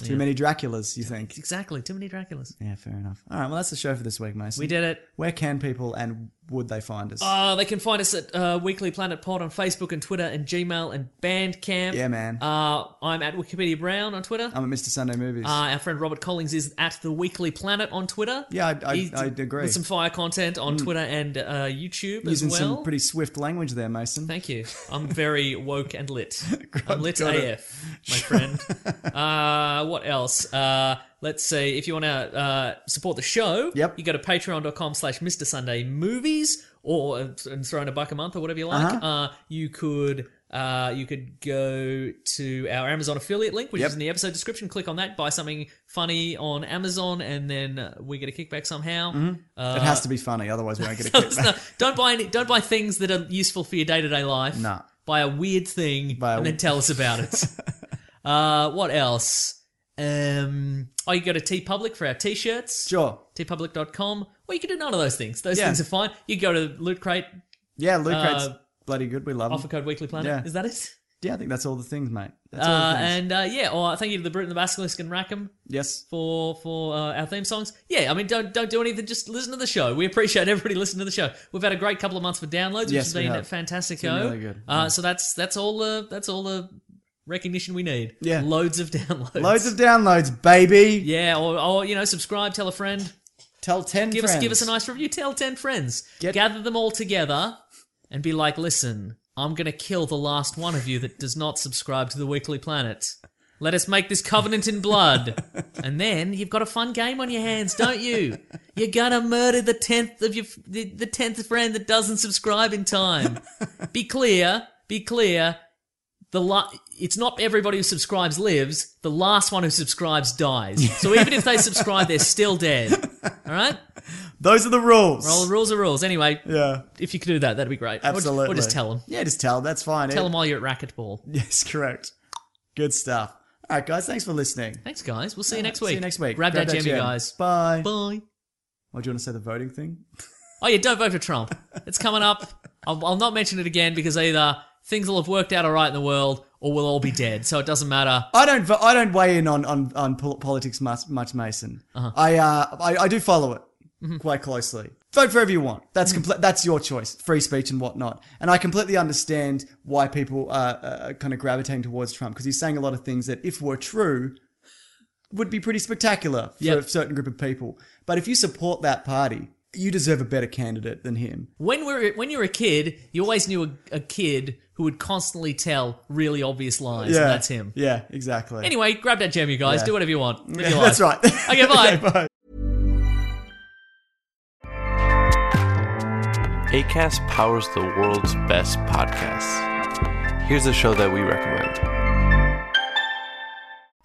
Yeah. Too many Draculas, you think? Exactly. Too many Draculas. Yeah, fair enough. All right, well, that's the show for this week, Mason. We did it. Where can people and would they find us? Uh, they can find us at uh, Weekly Planet Pod on Facebook and Twitter and Gmail and Bandcamp. yeah, man. Uh, I'm at Wikipedia Brown on Twitter. I'm at Mr. Sunday Movies. Uh, our friend Robert Collins is at the Weekly Planet on Twitter. Yeah, I- I- He's- I agree. With some fire content on Mm. Twitter and uh, YouTube Using as well. some pretty swift language there, Mason. Thank you. I'm very *laughs* woke and lit. I'm lit got it. *laughs* AF, my friend. Uh, what else? Uh, let's see, if you want to uh, support the show, yep. you go to patreon.com slash Mr. Sunday Movies or uh, and throw in a buck a month or whatever you like. Uh-huh. Uh, you could... Uh, you could go to our Amazon affiliate link, which Yep. is in the episode description. Click on that, buy something funny on Amazon, and then uh, we get a kickback somehow. Mhm. Uh, it has to be funny, otherwise we won't get *laughs* a kickback. It's not- don't buy any, don't buy things that are useful for your day to day life. No. Buy a weird thing and then tell us *laughs* about it. uh, what else? Um, oh, you go to T Public for our t shirts. Sure. tpublic.com. Or you can do none of those things. Those Yeah. things are fine. You go to Loot Crate. Yeah, Loot Crate's Uh, bloody good. We love 'em. Offer code Weekly Planet. Is that it? Yeah, I think that's all the things, mate. That's all Uh, the things. and uh, yeah, or thank you to the Brute and the Basilisk and Rackham yes, for for uh, our theme songs. Yeah, I mean, don't don't do anything. Just listen to the show. We appreciate everybody listening to the show. We've had a great couple of months for downloads, which Yes, has we been have. fantastic. It's been really good. Uh, So that's that's all the that's all the recognition we need. Yeah. loads of *laughs* downloads. Loads of downloads, baby. Yeah, or, or you know, subscribe, tell a friend, tell ten. Give us friends. give us a nice review. Tell ten friends. Gather them all together, and be like, listen, I'm gonna kill the last one of you that does not subscribe to the Weekly Planet. Let us make this covenant in *laughs* blood, and then you've got a fun game on your hands, don't you? You're gonna murder the tenth of your f- the, the tenth friend that doesn't subscribe in *laughs* time. Be clear. Be clear the la- it's not everybody who subscribes lives. The last one who subscribes dies. So even if they subscribe, they're still *laughs* dead. All right. Those are the rules. Well, rules are rules. Anyway. Yeah. If you could do that, that'd be great. Or just- Absolutely. Or, just tell them. Yeah, just tell them. That's fine. Tell It- them while you're at racquetball. Yes, correct. Good stuff. All right, guys. Thanks for listening. Thanks, guys. We'll see you next week. See you next week. Grab, that, jammy, jam. guys. Bye. Bye. Oh, do you want to say the voting thing? Oh yeah, don't vote for Trump. It's coming up. I'll, I'll not mention it again because either things will have worked out all right in the world, or we'll all be dead. So it doesn't matter. I don't. vo- I don't weigh in on on, on pol- politics much, much Mason. Uh-huh. I, uh, I I do follow it Mm-hmm. quite closely. Vote for whoever you want. That's comple- That's your choice. Free speech and whatnot. And I completely understand why people are uh, kind of gravitating towards Trump because he's saying a lot of things that, if were true, would be pretty spectacular for Yep. a certain group of people. But if you support that party, you deserve a better candidate than him. When we're when you're a kid, you always knew a, a kid who would constantly tell really obvious lies. yeah, and that's him. Yeah, exactly. Anyway, grab that gem, you guys. Yeah. Do whatever you want. Yeah, Live your life. *laughs* that's right. *laughs* Okay, bye. ACAST powers the world's best podcasts. Here's a show that we recommend.